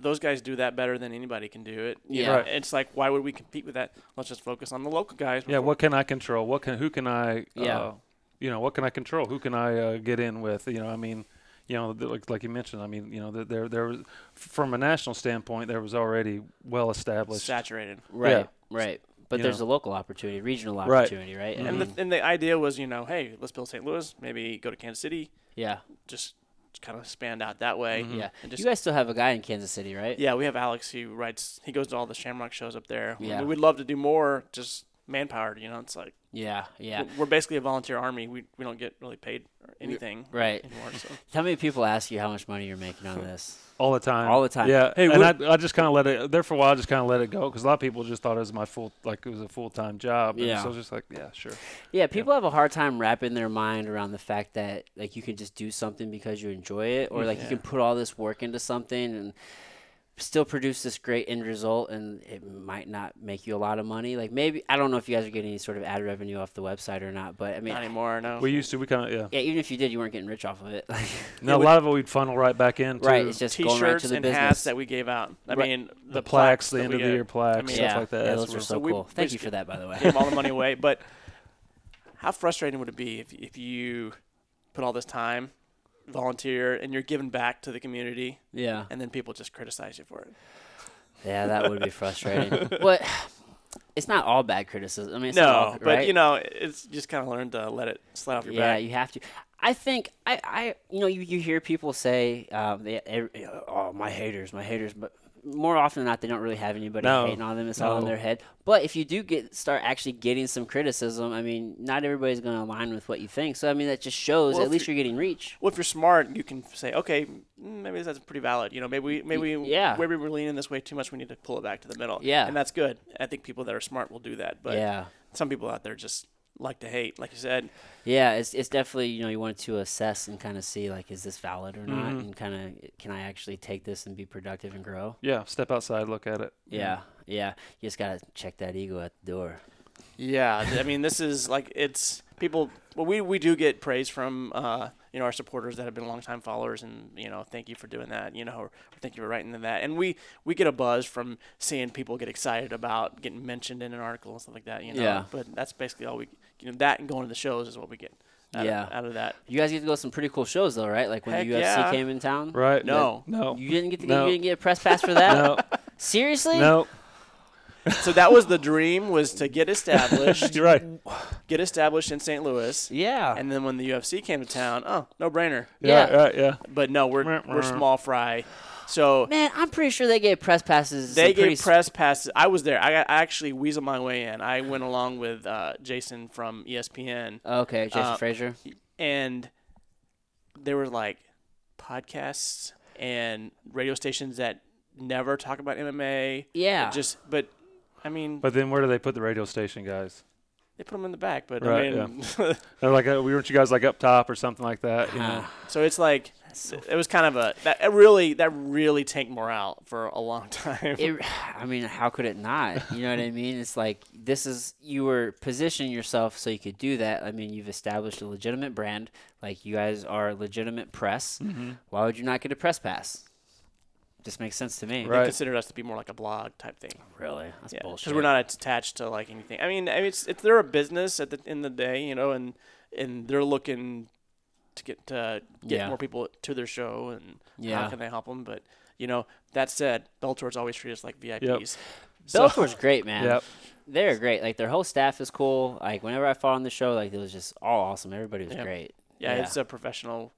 B: those guys do that better than anybody can do it you
A: Yeah.
B: know?
C: Right.
B: it's like why would we compete with that let's just focus on the local guys
C: yeah.
B: before-
C: What can I control? What can? Who can I?
A: Yeah.
C: Uh, you know, what can I control? Who can I uh, get in with? You know, I mean, you know, th- like like you mentioned, I mean, you know, th- there there was from a national standpoint, there was already well established.
B: saturated
A: Right.
C: Yeah.
A: Right. But
C: You
A: there's
C: know.
A: a local opportunity, regional
C: Right.
A: opportunity, right?
B: and, the, and the idea was you know hey let's build st louis maybe go to kansas city
A: yeah.
B: just kind of expand out that way
C: Mm-hmm.
A: Yeah.
B: and Mm-hmm. just
A: you guys still have a guy in Kansas City, right?
B: yeah we have alex who writes he goes to all the shamrock shows up there
A: Yeah.
B: we'd love to do more just manpowered. You know, it's like
A: Yeah, yeah.
B: we're- we're basically a volunteer army. We we don't get really paid or anything
A: Right.
B: anymore. So
A: How many people ask you how much money you're making on this?
C: all the time.
A: All the time.
C: Yeah.
B: Hey,
C: and
B: what-
C: I, I just kind of let it there for a while. I just kind of let it go because a lot of people just thought it was my full like it was a full time job. and
A: Yeah.
C: So I was just like, yeah, sure.
A: Yeah, people have a hard time wrapping their mind around the fact that like you can just do something because you enjoy it, or like you
B: Yeah.
A: can put all this work into something and still produce this great end result, and it might not make you a lot of money. Like maybe I don't know if you guys are getting any sort of ad revenue off the website or not, but I mean,
B: not anymore. No.
C: We used to. We kind of yeah.
A: yeah, even if you did, you weren't getting rich off of it. Like,
C: Now a lot of it we'd funnel right back into
A: right? It's just going
B: T-shirts
A: right to the
B: and hats
A: business.
B: that we gave out. I
C: Right.
B: mean, the,
C: the plaques, the
B: that we
C: end of the
B: get.
C: year plaques,
B: I mean,
C: stuff
A: yeah,
C: like that.
A: yeah,
C: That's
A: those are
C: where-
A: so,
B: So we-
A: cool.
B: we
A: Thank
B: just
A: you for that, by the way.
B: gave 'em all the money away. But how frustrating would it be if if you put all this time, volunteer, and you're giving back to the community,
A: yeah.
B: and then people just criticize you for it?
A: Yeah, that would be frustrating. but it's not all bad criticism. I mean, it's not all,
B: no,
A: right?
B: but you know, it's you just kind of learn to let it slide off your
A: yeah,
B: back.
A: you have to. I think I, I you know, you, you hear people say, um, they, ev- oh, my haters, my haters, but more often than not, they don't really have anybody
C: No,
A: hating on them. It's all in
C: no.
A: their head. But if you do get start actually getting some criticism, I mean, not everybody's going to align with what you think. So I mean, that just shows
B: Well,
A: at
B: if
A: least
B: you-
A: you're getting reach.
B: Well, if you're smart, you can say, okay, mm, maybe that's pretty valid. You know, maybe we, maybe
A: Y-
B: we-
A: yeah.
B: maybe we're leaning this way too much. We need to pull it back to the middle.
A: Yeah.
B: and that's good. I think people that are smart will do that. But
A: yeah.
B: some people out there just like to hate, like you said.
A: Yeah, it's it's definitely you know you want to assess and kind of see like is this valid or not,
B: Mm-hmm.
A: and kind of can I actually take this and be productive and grow?
C: yeah. Step outside, look at it.
A: Yeah, yeah. You just gotta check that ego at the door.
B: Yeah, th- I mean, this is like it's people. Well, we we do get praise from uh, you know our supporters that have been longtime followers, and you know, thank you for doing that. You know, or, thank you for writing to that. And we we get a buzz from seeing people get excited about getting mentioned in an article and stuff like that. You know,
A: Yeah.
B: but that's basically all we you know that and going to the shows is what we get. Out
A: Yeah.
B: of, out of that.
A: You guys get to go to some pretty cool shows though, right? Like when
B: Heck
A: the UFC
B: yeah.
A: came in town.
C: Right.
B: No.
C: No.
A: You didn't get to
C: No.
A: you didn't get a press pass for that.
C: No.
A: Seriously?
C: No.
B: So that was the dream was to get established,
C: You're right.
B: get established in St. Louis,
A: Yeah.
B: and then when the UFC came to town, oh, no brainer.
C: Yeah.
A: Yeah.
C: Right. Yeah.
B: But no, we're we're small fry. So
A: Man, I'm pretty sure they gave press passes. to
B: They
A: pretty
B: gave
A: s-
B: press passes. I was there. I, got, I actually weaseled my way in. I went along with uh, Jason from ESPN,
A: Oh, Okay, Jason
B: uh,
A: Frazier.
B: and there were like podcasts and radio stations that never talk about MMA.
A: Yeah.
B: Just, but I mean,
C: But then where do they put the radio station guys?
B: they put them in the back. But
C: Right,
B: I mean,
C: They're like, uh, weren't you guys like up top or something like that? You know?
A: Ah,
B: so it's like it was kind of a that it really that really tanked morale for a long time.
A: it, I mean, how could it not? You know what I mean? It's like this is you were positioning yourself so you could do that. I mean, you've established a legitimate brand. Like you guys are legitimate press.
B: Mm-hmm.
A: Why would you not get a press pass? Just makes sense to me.
B: they
C: Right.
B: considered us to be more like a blog type thing.
A: Really? That's
B: Yeah,
A: bullshit.
B: we're not attached to like anything. I mean, I mean, it's, it's they're a business at the end of the day, you know, and and they're looking to get to get
A: Yeah.
B: more people to their show and
A: Yeah.
B: how can they help them? But you know, that said, Bellator's always treat us like VIPs. So,
A: Bellator's great, man.
C: Yep.
A: They're great. Like their whole staff is cool. Like whenever I fought on the show, like it was just all awesome. Everybody was
B: Yeah.
A: great.
B: yeah,
A: Yeah.
B: it's a professional.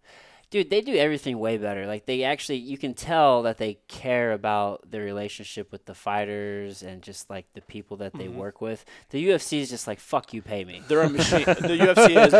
A: Dude, they do everything way better. Like they actually you can tell that they care about the relationship with the fighters and just like the people that
B: Mm-hmm.
A: they work with. The UFC is just like fuck you pay me.
B: They're a machine. the UFC is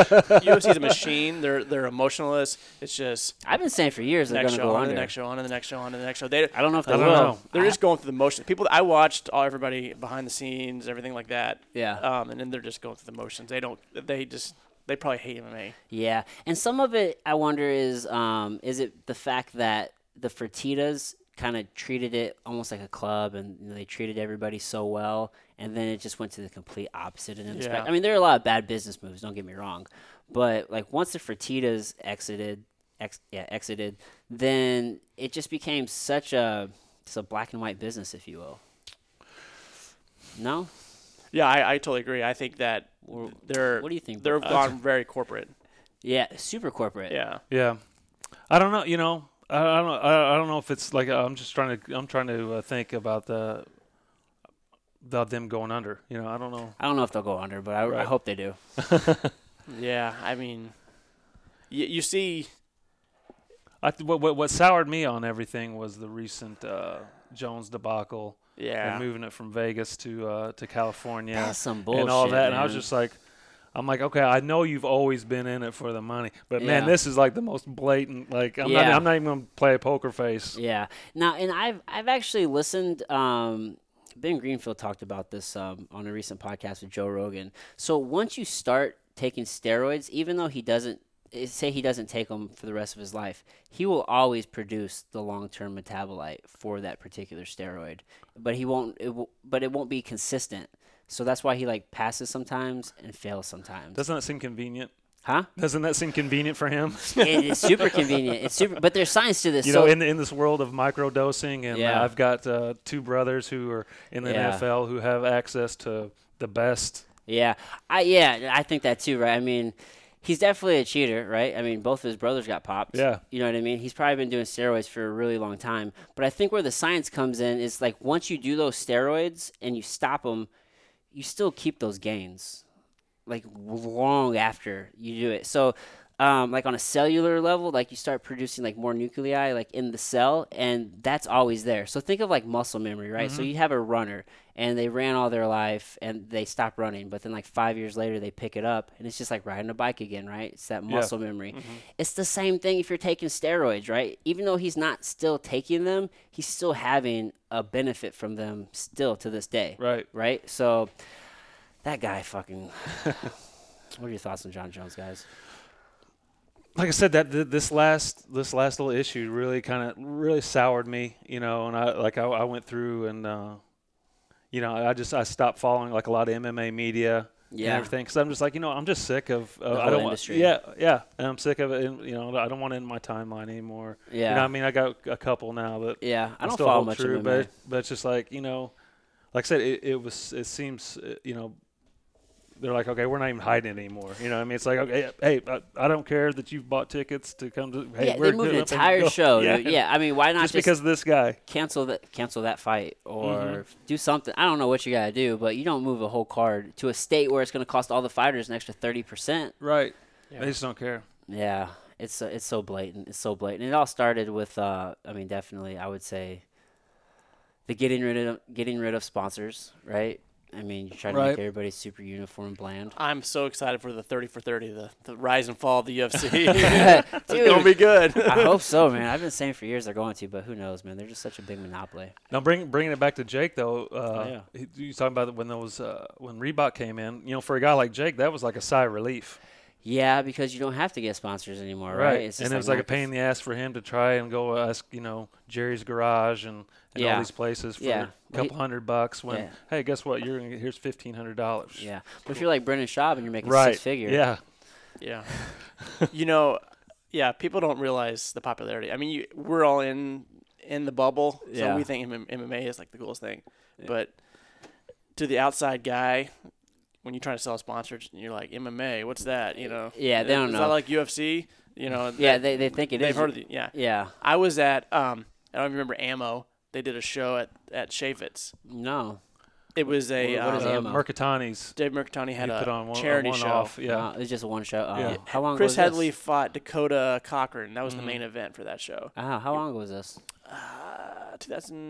B: UFC is a machine. They're they're emotionless. It's just
A: I've been saying for years they're
B: next
A: going to
B: show,
A: go
B: on to
A: under.
B: the next show, on to the next show, on to the next show. They
A: I don't know if they
C: I don't
A: will.
C: know.
B: They're
A: I-
B: just going through the motions. People, I watched all everybody behind the scenes, everything like that.
A: Yeah.
B: Um, and then they're just going through the motions. They don't. They just. They probably hate MMA.
A: Yeah, and some of it I wonder is um, is it the fact that the Fertitas kind of treated it almost like a club, and they treated everybody so well, and then it just went to the complete opposite. And
B: Yeah.
A: I mean, there are a lot of bad business moves. Don't get me wrong, but like once the Fertitas exited, ex- yeah, exited, then it just became such a it's a black and white business, if you will. No,
B: Yeah, I, I totally agree. I think that they're.
A: what do you think,
B: They're
A: Bo-
B: gone very corporate.
A: yeah, super corporate.
B: Yeah.
C: Yeah, I don't know. You know, I, I don't. I, I don't know if it's like I'm just trying to. I'm trying to uh, think about the about them going under. You know, I don't know.
A: I don't know if they'll go under, but I, I
C: Right.
A: hope they do.
B: Yeah. I mean, you, you see.
C: I th- what, what what soured me on everything was the recent uh, Jones debacle
B: Yeah.
C: and moving it from Vegas to uh, to California
A: That's some bullshit.
C: and all that. And I was
A: man.
C: just like, I'm like, okay, I know you've always been in it for the money, but man,
A: Yeah.
C: this is like the most blatant. Like, I'm not,
A: Yeah.
C: I'm not even gonna play a poker face.
A: Yeah. Now, and I've I've actually listened. Um, ben Greenfield talked about this um, on a recent podcast with Joe Rogan. So once you start taking steroids, even though he doesn't eh, say he doesn't take them for the rest of his life, he will always produce the long-term metabolite for that particular steroid. But he won't. It will, but it won't be consistent. So that's why he like passes sometimes and fails sometimes.
C: Doesn't that seem convenient?
A: huh?
C: Doesn't that seem convenient for him?
A: it is super convenient. It's super. But there's science to this.
C: you
A: so
C: know, in in this world of microdosing, and uh,
A: Yeah.
C: I've got uh, two brothers who are in the
A: Yeah.
C: NFL who have access to the best.
A: Yeah, I yeah, I think that too, right? I mean, he's definitely a cheater, right? I mean, both of his brothers got popped.
C: Yeah.
A: you know what I mean. He's probably been doing steroids for a really long time. But I think where the science comes in is like once you do those steroids and you stop them, you still keep those gains, like long after you do it. So. Um, like on a cellular level, like you start producing like more nuclei like in the cell, and that's always there. So think of like muscle memory, right? So you have a runner, and they ran all their life and they stop running but then like five years later they pick it up and it's just like riding a bike again right it's that muscle memory it's the same thing if you're taking steroids right even though he's not still taking them he's still having a benefit from them still to this day
C: Right.
A: right so that guy fucking what are your thoughts on john jones guys
C: Like I said, that th- this last this last little issue really kind of really soured me. You know, and I like I, I went through and uh, you know I just I stopped following like a lot of MMA media.
A: Yeah.
C: and everything because I'm just like you know I'm just sick of uh, I
A: whole
C: don't wa-
A: industry.
C: yeah yeah and I'm sick of it and you know I don't want it in my timeline anymore
A: Yeah.
C: you know, I mean I got a couple now but
A: yeah i
C: I
A: don't
C: still
A: follow
C: hold
A: much
C: true,
A: of him
C: but but it's just like you know, like I said, it, it was it seems uh, you know, they're like okay, we're not even hiding it anymore. You know, what I mean, it's like okay, hey, I, I don't care that you've bought tickets to come to. Hey,
A: yeah
C: we're
A: they moved an
C: getting up and
A: entire
C: go.
A: show
C: yeah,
A: dude. yeah i mean why not
C: just
A: just,
C: because Mm-hmm. of this guy.
A: cancel that cancel that fight or do something. I don't know what you gotta do, but you don't move a whole card to a state where it's gonna cost all the fighters an extra thirty percent.
C: Right.
B: Yeah.
C: They just don't care.
A: Yeah, it's uh, it's so blatant. It's so blatant. It all started with, uh, I mean, definitely, I would say, the getting rid of getting rid of sponsors, right? I mean, you're trying to
C: Right.
A: make everybody super uniform and bland.
B: I'm so excited for the 30 for 30, the, the rise and fall of the UFC.
A: Dude,
B: It'll be good.
A: I hope so, man. I've been saying for years they're going to, but who knows, man? They're just such a big monopoly.
C: Now bring bringing it back to Jake though. Uh,
A: Oh,
C: he- you talking about when those uh, when Reebok came in? You know, for a guy like Jake, that was like a sigh of relief.
A: Yeah, because you don't have to get sponsors anymore, right? just
C: and it was like a
A: not-
C: pain in the ass for him to try and go ask, you know, Jerry's Garage and, and all
A: Yeah.
C: these places for
A: Yeah.
C: a couple hundred bucks. When
A: Yeah.
C: hey, guess what? You're gonna get, here's fifteen hundred dollars.
A: Yeah, but if you're like Brendan Schaub and you're making
C: right.
A: six figure,
C: Yeah,
B: Yeah. you know, yeah, people don't realize the popularity. I mean, you, we're all in in the bubble,
A: Yeah.
B: so we think MM MMA is like the coolest thing. But to the outside guy, when you're trying to sell sponsors, you're like MMA, what's that? You know?
A: Yeah, they don't
B: is
A: know.
B: that like UFC? You know?
A: yeah,
B: that-
A: they, they think it
B: they've
A: is.
B: heard of the, yeah.
A: yeah,
B: I was at um, I don't even remember Ammo. They did a show at at Shafitz.
A: no.
B: It was a
A: What- what is
B: um,
A: it?
C: uh,
A: ammo.
C: Mercatani's
B: Dave Mercatani had
C: he
B: a
C: put on one, a
B: charity show.
C: one-off, Yeah,
A: uh, it's just one show. Uh,
C: Yeah.
A: How long?
B: Chris
A: ago was
B: Headley
A: This? Mm-hmm.
B: fought Dakota Cochran. That was the main event for that show.
A: Ah, how long ago was this?
B: Uh,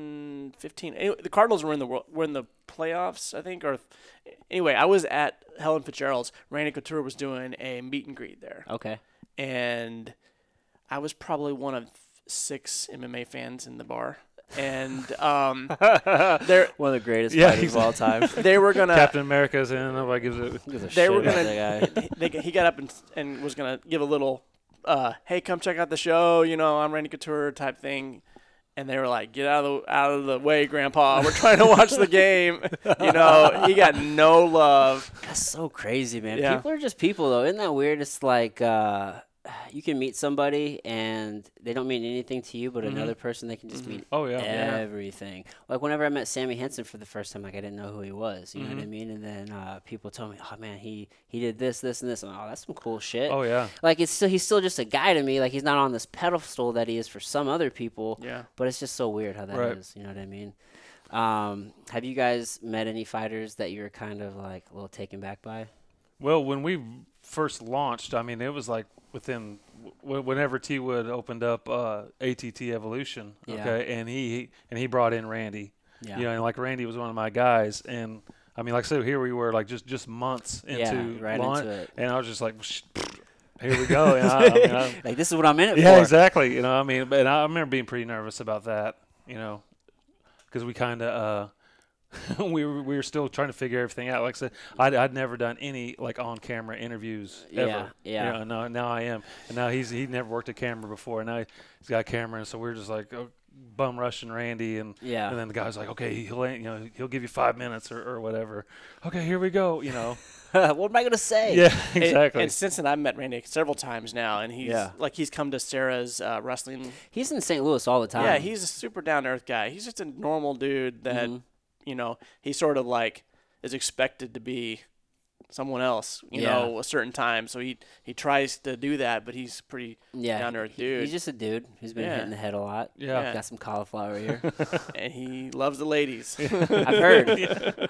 B: 2015. Anyway, the Cardinals were in the world, were in the playoffs, I think. Or anyway, I was at Helen Fitzgerald's. Randy Couture was doing a meet and greet there,
A: Okay.
B: and I was probably one of six MMA fans in the bar, and um, they're
A: One of the greatest
C: Yeah,
A: fighters of all time.
B: they were gonna
C: Captain America's in. Nobody gives it.
A: Who gives a
B: They
A: shit
B: were
A: about
B: gonna-
A: that guy.
B: they, he got up and, and was gonna give a little, uh, "Hey, come check out the show," you know, "I'm Randy Couture" type thing, and they were like, "Get out of the out of the way, Grandpa. We're trying to watch the game." You know, he got no love.
A: That's so crazy, man.
B: Yeah.
A: People are just people, though. Isn't that weird? It's like uh, you can meet somebody and they don't mean anything to you, but another person they can just mean
C: Oh Mm-hmm. yeah.
A: everything. Like whenever I met Sammy Henson for the first time, like I didn't know who he was. You know
C: Mm-hmm.
A: what I mean? And then uh, people told me, "Oh man, he he did this, this, and this." And oh, that's some cool shit.
C: Oh yeah.
A: Like it's still he's still just a guy to me. Like he's not on this pedestal that he is for some other people.
B: Yeah.
A: But it's just so weird how that is.
C: Right.
A: You know what I mean? Um, have you guys met any fighters that you were kind of like a little taken back by?
C: Well, when we first launched, I mean, it was like within w- whenever T Wood opened up uh, ATT Evolution,
A: Yeah.
C: okay, and he and he brought in Randy.
A: Yeah.
C: You know, and like Randy was one of my guys, and I mean, like I said, here we were, like just just months into
A: Yeah, right
C: launch,
A: into it.
C: and I was just like, "Psh, here we go. And I, I mean, I,
A: like this is what I'm in it
C: yeah,
A: for.
C: exactly. You know, I mean, and I remember being pretty nervous about that. You know, because we kind of uh, we were we were still trying to figure everything out. Like I said, I'd, I'd never done any like on camera interviews
A: Yeah,
C: ever.
A: yeah.
C: You know, now now I am, and now he's he never worked a camera before, and now he's got a camera, and so we're just like. Oh, Bum rushing Randy and
A: Yeah.
C: and then the guy's like, okay, he'll you know he'll give you five minutes or, or whatever. Okay, here we go. You know,
A: what am I gonna say?
C: yeah,
B: And-
C: exactly.
B: And, since then, I've met Randy several times now, and he's
A: Yeah.
B: like he's come to Sarah's uh, wrestling.
A: He's in St. Louis all the time.
B: Yeah, he's a super down to earth guy. He's just a normal dude that
A: Mm-hmm.
B: you know he sort of like is expected to be someone else, you
A: Yeah.
B: know, a certain time. So he he tries to do that, but he's pretty
A: yeah,
B: down to earth
A: he-
B: dude,
A: He's just a dude who's been
B: Yeah.
A: hitting the head a lot.
C: yeah.
B: yeah.
A: Got some cauliflower ear.
B: and he loves the ladies.
A: I've heard.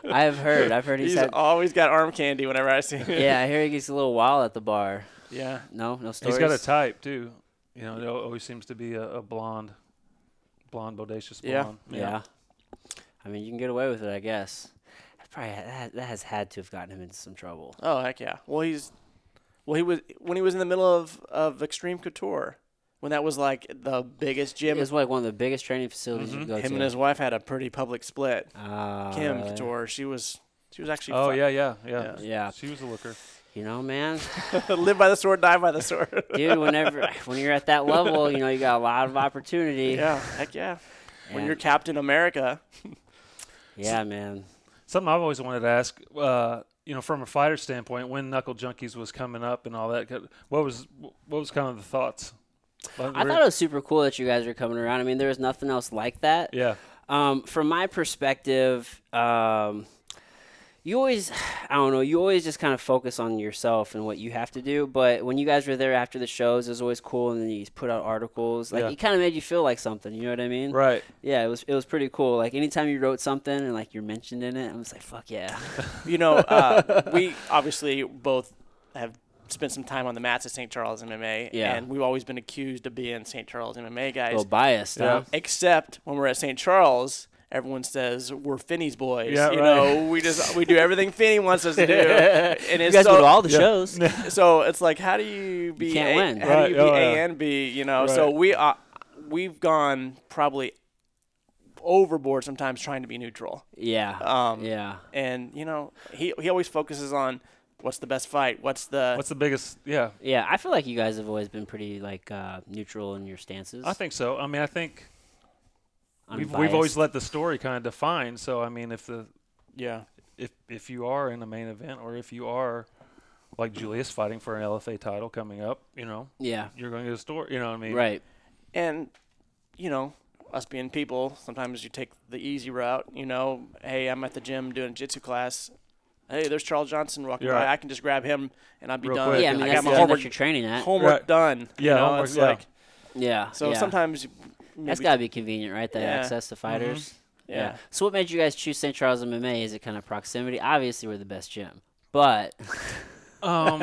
A: I've heard. I've heard he's
B: he's
A: had.
B: always got arm candy whenever I see him.
A: Yeah, I hear he gets a little wild at the bar.
B: yeah.
A: No, no stories.
C: He's got a type too. You know, it al- always seems to be a, a blonde, blonde bodacious
B: Yeah.
C: blonde.
A: yeah. I mean, you can get away with it, I guess. That probably ha- that, that has had to have gotten him into some trouble.
B: Oh heck yeah. Well, he's well he was when he was in the middle of of Extreme Couture when that was like the biggest
A: It
B: gym.
A: was like one of the biggest training facilities you
C: Mhm.
A: could go to.
B: Mm-hmm. him and his wife had a pretty public split.
A: Ah,
B: Kim
A: really?
B: Couture, she was she was actually
C: Oh
B: fu-
C: yeah, yeah, yeah,
B: Yeah.
A: Yeah,
C: She was a looker.
A: you know, man,
B: live by the sword, die by the sword.
A: dude. Whenever when you're at that level, you know you got a lot of opportunity.
B: yeah, heck yeah. When
A: And-
B: you're Captain America,
A: yeah, man.
C: Something I've always wanted to ask, uh, you know, from a fighter standpoint, when Knuckle Junkies was coming up and all that, co- what was what was kind of the thoughts? Like,
A: I
C: were-
A: thought it was super cool that you guys were coming around. I mean, there was nothing else like that.
C: yeah,
A: Um, from my perspective, um, you always, I don't know, you always just kind of focus on yourself and what you have to do. But when you guys were there after the shows, it was always cool, and then you put out articles. Like
C: Yeah.
A: it kind of made you feel like something. You know what I mean?
C: right.
A: Yeah, it was it was pretty cool. Like anytime you wrote something and like you're mentioned in it, I was like, fuck yeah.
B: you know, uh, we obviously both have spent some time on the mats at St. Charles MMA,
A: Yeah.
B: and we've always been accused of being St. Charles MMA guys.
A: A little biased, huh?
B: Except when we're at St. Charles, everyone says we're Finney's boys.
C: Yeah,
B: you
C: right.
B: know, we just we do everything Finney wants us to do. And
A: You
B: it's
A: guys
B: so,
A: go to all the
C: yeah.
A: shows.
B: so it's like how do you be
A: can't
B: A-
A: win.
B: How do you
C: Right,
B: be
C: oh,
B: A
C: yeah.
B: and B, you know? So
C: Right.
B: we uh, we've gone probably overboard sometimes trying to be neutral.
A: yeah.
B: Um,
A: yeah.
B: And you know, he he always focuses on what's the best fight, what's the
C: What's the biggest? Yeah,
A: Yeah, I feel like you guys have always been pretty like uh, neutral in your stances.
C: I think so. I mean, I think we've we've
A: unbiased.
C: always let the story kind of define. So I mean, if the
B: yeah.
C: if if you are in the main event or if you are like Julius fighting for an LFA title coming up, you know,
A: yeah,
C: you're going to get a story. You know what I mean?
A: right.
B: And you know, us being people, sometimes you take the easy route. You know, hey, I'm at the gym doing jitsu class. Hey, there's Charles Johnson walking
C: You're
B: by.
C: right.
B: I can just grab him and I'll be
C: Real
B: done.
C: quick.
A: Yeah, I mean
B: I
A: that's the
B: got my
A: gym that
B: homework
A: you're training at.
B: homework
C: Right.
B: done.
C: Yeah,
B: you know,
C: homework,
B: it's
C: yeah.
B: like
A: Yeah.
B: so
A: yeah.
B: sometimes you- maybe,
A: that's got to be convenient, right? That
B: Yeah.
A: access
C: Mm-hmm.
A: to fighters.
B: yeah.
A: So what made you guys choose St. Charles MMA? Is it kind of proximity? Obviously, we're the best gym, but
C: Um,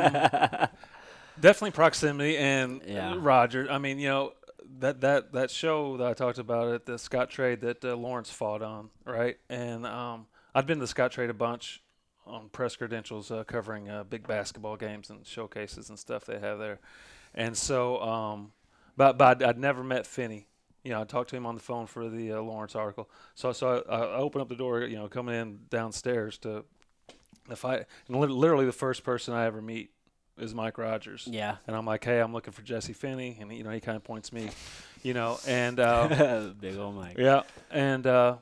C: definitely proximity and
A: Yeah.
C: Roger. I mean, you know that that that show that I talked about at the Scott trade that uh, Lawrence fought on, right? And um, I'd been to the Scott trade a bunch on press credentials, uh, covering uh, big basketball games and showcases and stuff they have there. And so, um, but but I'd, I'd never met Finney. You know, I talked to him on the phone for the uh, Lawrence article. So so I, I open up the door, you know, coming in downstairs to the fight, and lit- literally the first person I ever meet is Mike Rogers.
A: yeah,
C: And I'm like, hey, I'm looking for Jesse Finney, and you know, he kind of points me, you know, and uh,
A: big old Mike.
C: yeah, and uh,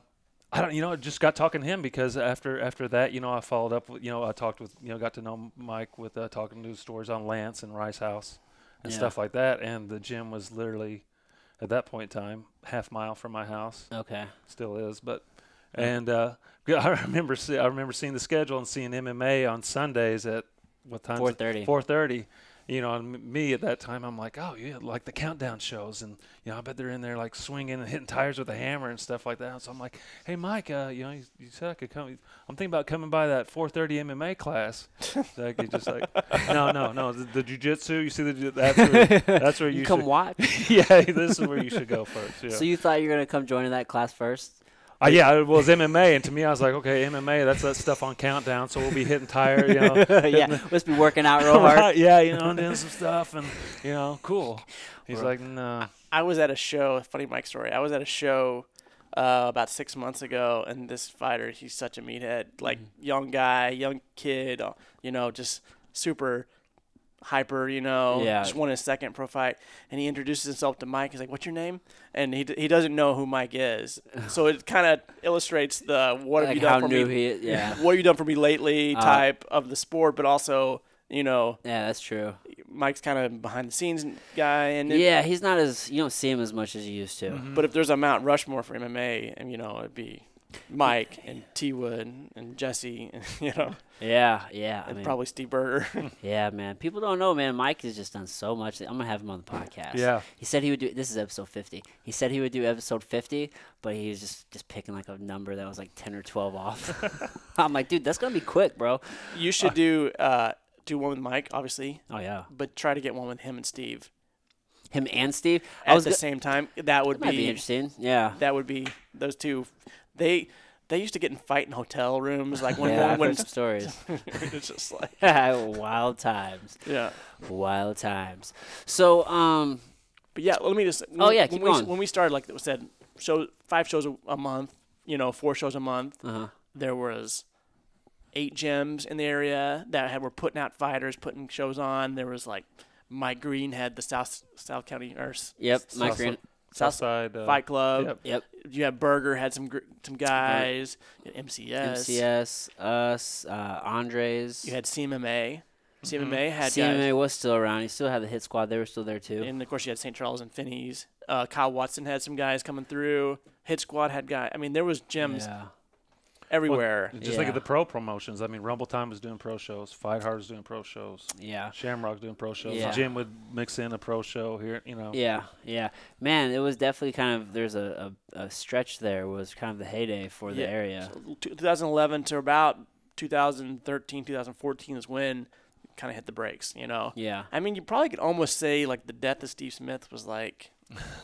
C: I don't, you know, just got talking to him because after after that, you know, I followed up, with, you know, I talked with, you know, got to know Mike with uh, talking to stores on Lance and Rice House and
A: Yeah.
C: stuff like that, and the gym was literally at that point in time half mile from my house
A: Okay.
C: still is, but and uh, yeah, I remember see, I remember seeing the schedule and seeing MMA on Sundays at what time?
A: 4:30.
C: Four thirty, you know, and m- me at that time, I'm like, oh yeah, like the countdown shows, and you know, I bet they're in there like swinging and hitting tires with a hammer and stuff like that. So I'm like, hey Mike, uh, you know, you, you said I could come. I'm thinking about coming by that 4:30 MMA class. so I could just like, no, no, no, the, the jujitsu. You see the ju- that's where, that's where you,
A: You come
C: should,
A: watch.
C: yeah, this is where you should go first. Yeah,
A: So you thought you were gonna come join in that class first?
C: uh, yeah, it was MMA, and to me, I was like, okay, MMA, that's that stuff on countdown. So we'll be hitting tire, you know.
A: yeah, let's be working out real hard.
C: Right, yeah, you know, and doing some stuff, and you know, cool. He's
B: Right.
C: like,
A: Ah,
C: no,
B: I was at a show. Funny Mike story. I was at a show uh, about six months ago, and this fighter, he's such a meathead, like
A: Mm-hmm.
B: young guy, young kid, uh, you know, just super hyper, you know,
A: Yeah.
B: just won his second pro fight, and he introduces himself to Mike. He's like, "What's your name?" And he d- he doesn't know who Mike is, so it kind of illustrates the what have
A: Like
B: you done
A: how
B: for
A: new
B: me?
A: he is. Yeah.
B: What have you done for me lately?
A: Uh,
B: type of the sport, but also. You know,
A: Yeah, that's true.
B: Mike's kind of behind the scenes guy, and Mm-hmm. it-
A: Yeah, he's not as you don't see him as much as you used to.
B: but if there's a Mount Rushmore for MMA, and you know, it'd be Mike and T Wood and Jesse, and, you know,
A: Yeah, yeah. I
B: and
A: mean,
B: probably Steve Berger.
A: yeah, man. People don't know, man. Mike has just done so much. I'm gonna have him on the podcast.
C: yeah,
A: He said he would do. This is episode 50. He said he would do episode 50, but he was just just picking like a number that was like 10 or 12 off. I'm like, dude, that's gonna be quick, bro.
B: you should do uh, do one with Mike, obviously,
A: Oh yeah.
B: but try to get one with him and Steve
A: Him and Steve. I
B: at
A: was.
B: the
A: go-
B: same time. That would
A: that might
B: be,
A: be interesting. Yeah.
B: that would be those two. They they used to get in fight in hotel rooms, like when
A: yeah, I've
B: when
A: heard some stories.
B: it's just like
A: Wild times.
B: yeah.
A: Wild times. So, um,
B: But yeah, let me just.
A: Oh, yeah,
B: when
A: keep
B: we,
A: going.
B: When we started, like we said, show five shows a, a month. You know, four shows a month.
A: uh-huh.
B: there was eight gyms in the area that had, were putting out fighters, putting shows on. There was like Mike Green had the South South County or s-
A: Yep,
B: s-
A: Mike
C: South-
A: Green.
C: Southside uh,
B: Fight Club.
C: yep.
A: Yep,
B: You had Burger had some gr- some guys. You had MCS.
A: MCS, us, uh, Andres.
B: You had CMMA. CMMA had
A: CMA was still around. He still had the hit squad. They were still there too.
B: guys, and of course you had St. Charles and Finney's. Uh, Kyle Watson had some guys coming through. Hit Squad had guys. I mean, there was gyms
A: Yeah.
B: everywhere.
C: Just think
A: Yeah.
C: of the pro promotions. I mean, Rumble Time was doing pro shows, Fight Hard was doing pro shows,
A: Yeah.
C: Shamrock doing pro shows.
A: Yeah.
C: Jim would mix in a pro show here, you know.
A: Yeah, yeah, man, it was definitely kind of there's a, a, a stretch there was kind of the heyday for the
B: Yeah.
A: area.
B: 2011 to about 2013, 2014 is when kind of hit the brakes, you know.
A: Yeah,
B: I mean, you probably could almost say like the death of Steve Smith was like,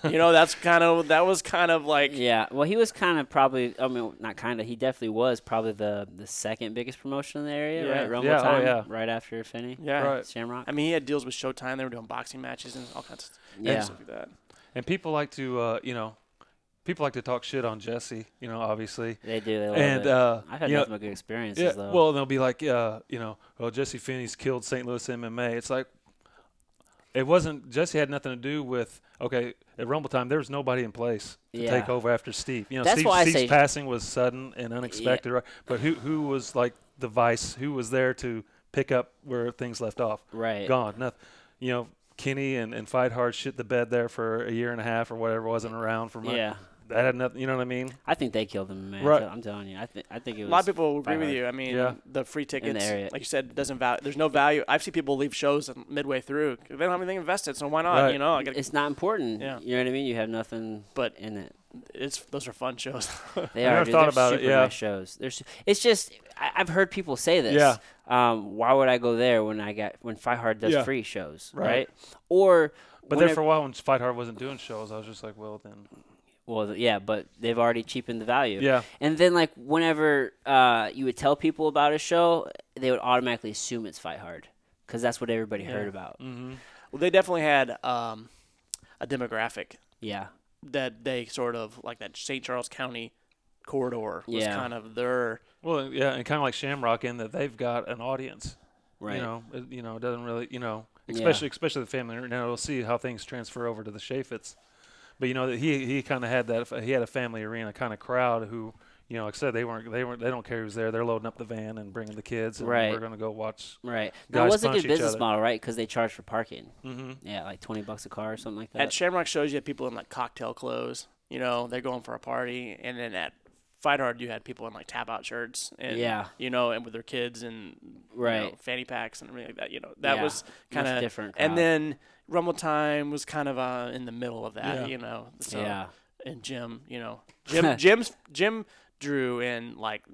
B: you know, that's kind of that was kind of like
A: yeah. Well, he was kind of probably I mean not kind of he definitely was probably the the second biggest promotion in the area,
B: Yeah.
A: right? Rumble
C: Yeah, oh,
A: time,
C: yeah.
A: right after Finney,
B: yeah.
C: Right.
A: Shamrock.
B: I mean, he had deals with Showtime. They were doing boxing matches and all kinds of
A: yeah,
B: stuff like that.
C: And people like to, uh, you know, people like to talk shit on Jesse, you know, obviously.
A: they do. They love
C: And
A: it.
C: uh,
A: I've had
C: you know,
A: nothing but good experiences
C: yeah,
A: though.
C: well, they'll be like, uh, you know, well, Jesse Finney's killed St. Louis MMA. It's like, it wasn't Jesse had nothing to do with. Okay, at Rumble time, there was nobody in place to
A: Yeah.
C: take over after Steve. You know,
A: That's
C: Steve,
A: why I
C: Steve's
A: say-
C: passing was sudden and unexpected, right? But who who was like the vice? Who was there to pick up where things left off?
A: right.
C: Gone. Nothing. You know, Kenny and and Fight Hard shit the bed there for a year and a half or whatever wasn't around for. Much.
A: Yeah,
C: That had nothing. You know what I mean?
A: I think they killed him, man.
C: Right.
A: I'm telling you, I think I think it
B: A
A: was
B: lot of people will agree with
A: Fired.
B: you. I mean,
C: Yeah.
B: the free tickets,
A: area.
B: like you said, it doesn't value. There's no value. I've seen people leave shows midway through. They don't have anything invested, so why not?
C: Right.
B: You know, I gotta,
A: It's not important.
B: Yeah.
A: You know what I mean? You have nothing
B: But-
A: in it.
B: it's those are fun shows.
A: They
C: I
A: are.
C: never
A: dude.
C: thought
A: They're
C: about it,
A: super
C: yeah.
A: nice shows. They're su- it's just I, I've heard people say this.
C: Yeah.
A: Um, why would I go there when I got when Fight Hard does
C: Yeah.
A: free shows, right?
C: Right.
A: Or
C: But there
A: whenever-
C: for a while when Fight Hard wasn't doing shows, I was just like, well then.
A: well, th- yeah, but they've already cheapened the value.
C: Yeah.
A: And then like whenever uh, you would tell people about a show, they would automatically assume it's Fight Hard because that's what everybody heard about.
C: Mm-hmm.
B: Well, they definitely had um, a demographic
A: Yeah.
B: that they sort of like that St. Charles County corridor was
A: Yeah.
B: kind of their
C: Well, yeah, and kind of like Shamrock in that they've got an audience.
A: Right.
C: You know, it, you know, it doesn't really, you know,
A: Yeah.
C: especially especially the family. Now we'll see how things transfer over to the Shafits. But you know, he he kind of had that. He had a family arena kind of crowd who, you know, like I said, they weren't they weren't they don't care who's there. They're loading up the van and bringing the kids. And
A: Right.
C: We're gonna go watch.
A: Right. That
C: Guys
A: was a
C: punch
A: good
C: each
A: business
C: other.
A: model, right? Because they charge for parking.
C: Mm-hmm.
A: Yeah, like twenty bucks a car or something like that.
B: at Shamrock shows. You have people in like cocktail clothes, you know, they're going for a party, and then at Fight Hard, you had people in like tap out shirts and
A: Yeah.
B: you know, and with their kids and you know,
A: Right.
B: fanny packs and everything like that. You know, that
A: Yeah.
B: was
A: Much
B: kind of
A: different crowd.
B: And then Rumble Time was kind of uh, in the middle of that.
C: Yeah.
B: You know, so
A: yeah.
B: and Jim, you know, Jim, Jim's, Jim drew in like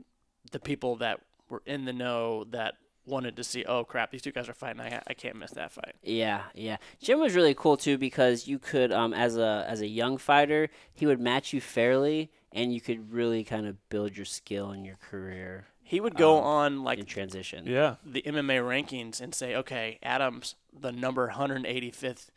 B: the people that were in the know that wanted to see. Oh crap, these two guys are fighting. I, I can't miss that fight.
A: Yeah, yeah. Jim was really cool too because you could, um, as a as a young fighter, he would match you fairly, and you could really kind of build your skill and your career
B: He would go
A: Um,
B: on like
A: in transition.
C: Yeah.
B: the MMA rankings and say, okay, Adams, the number 185th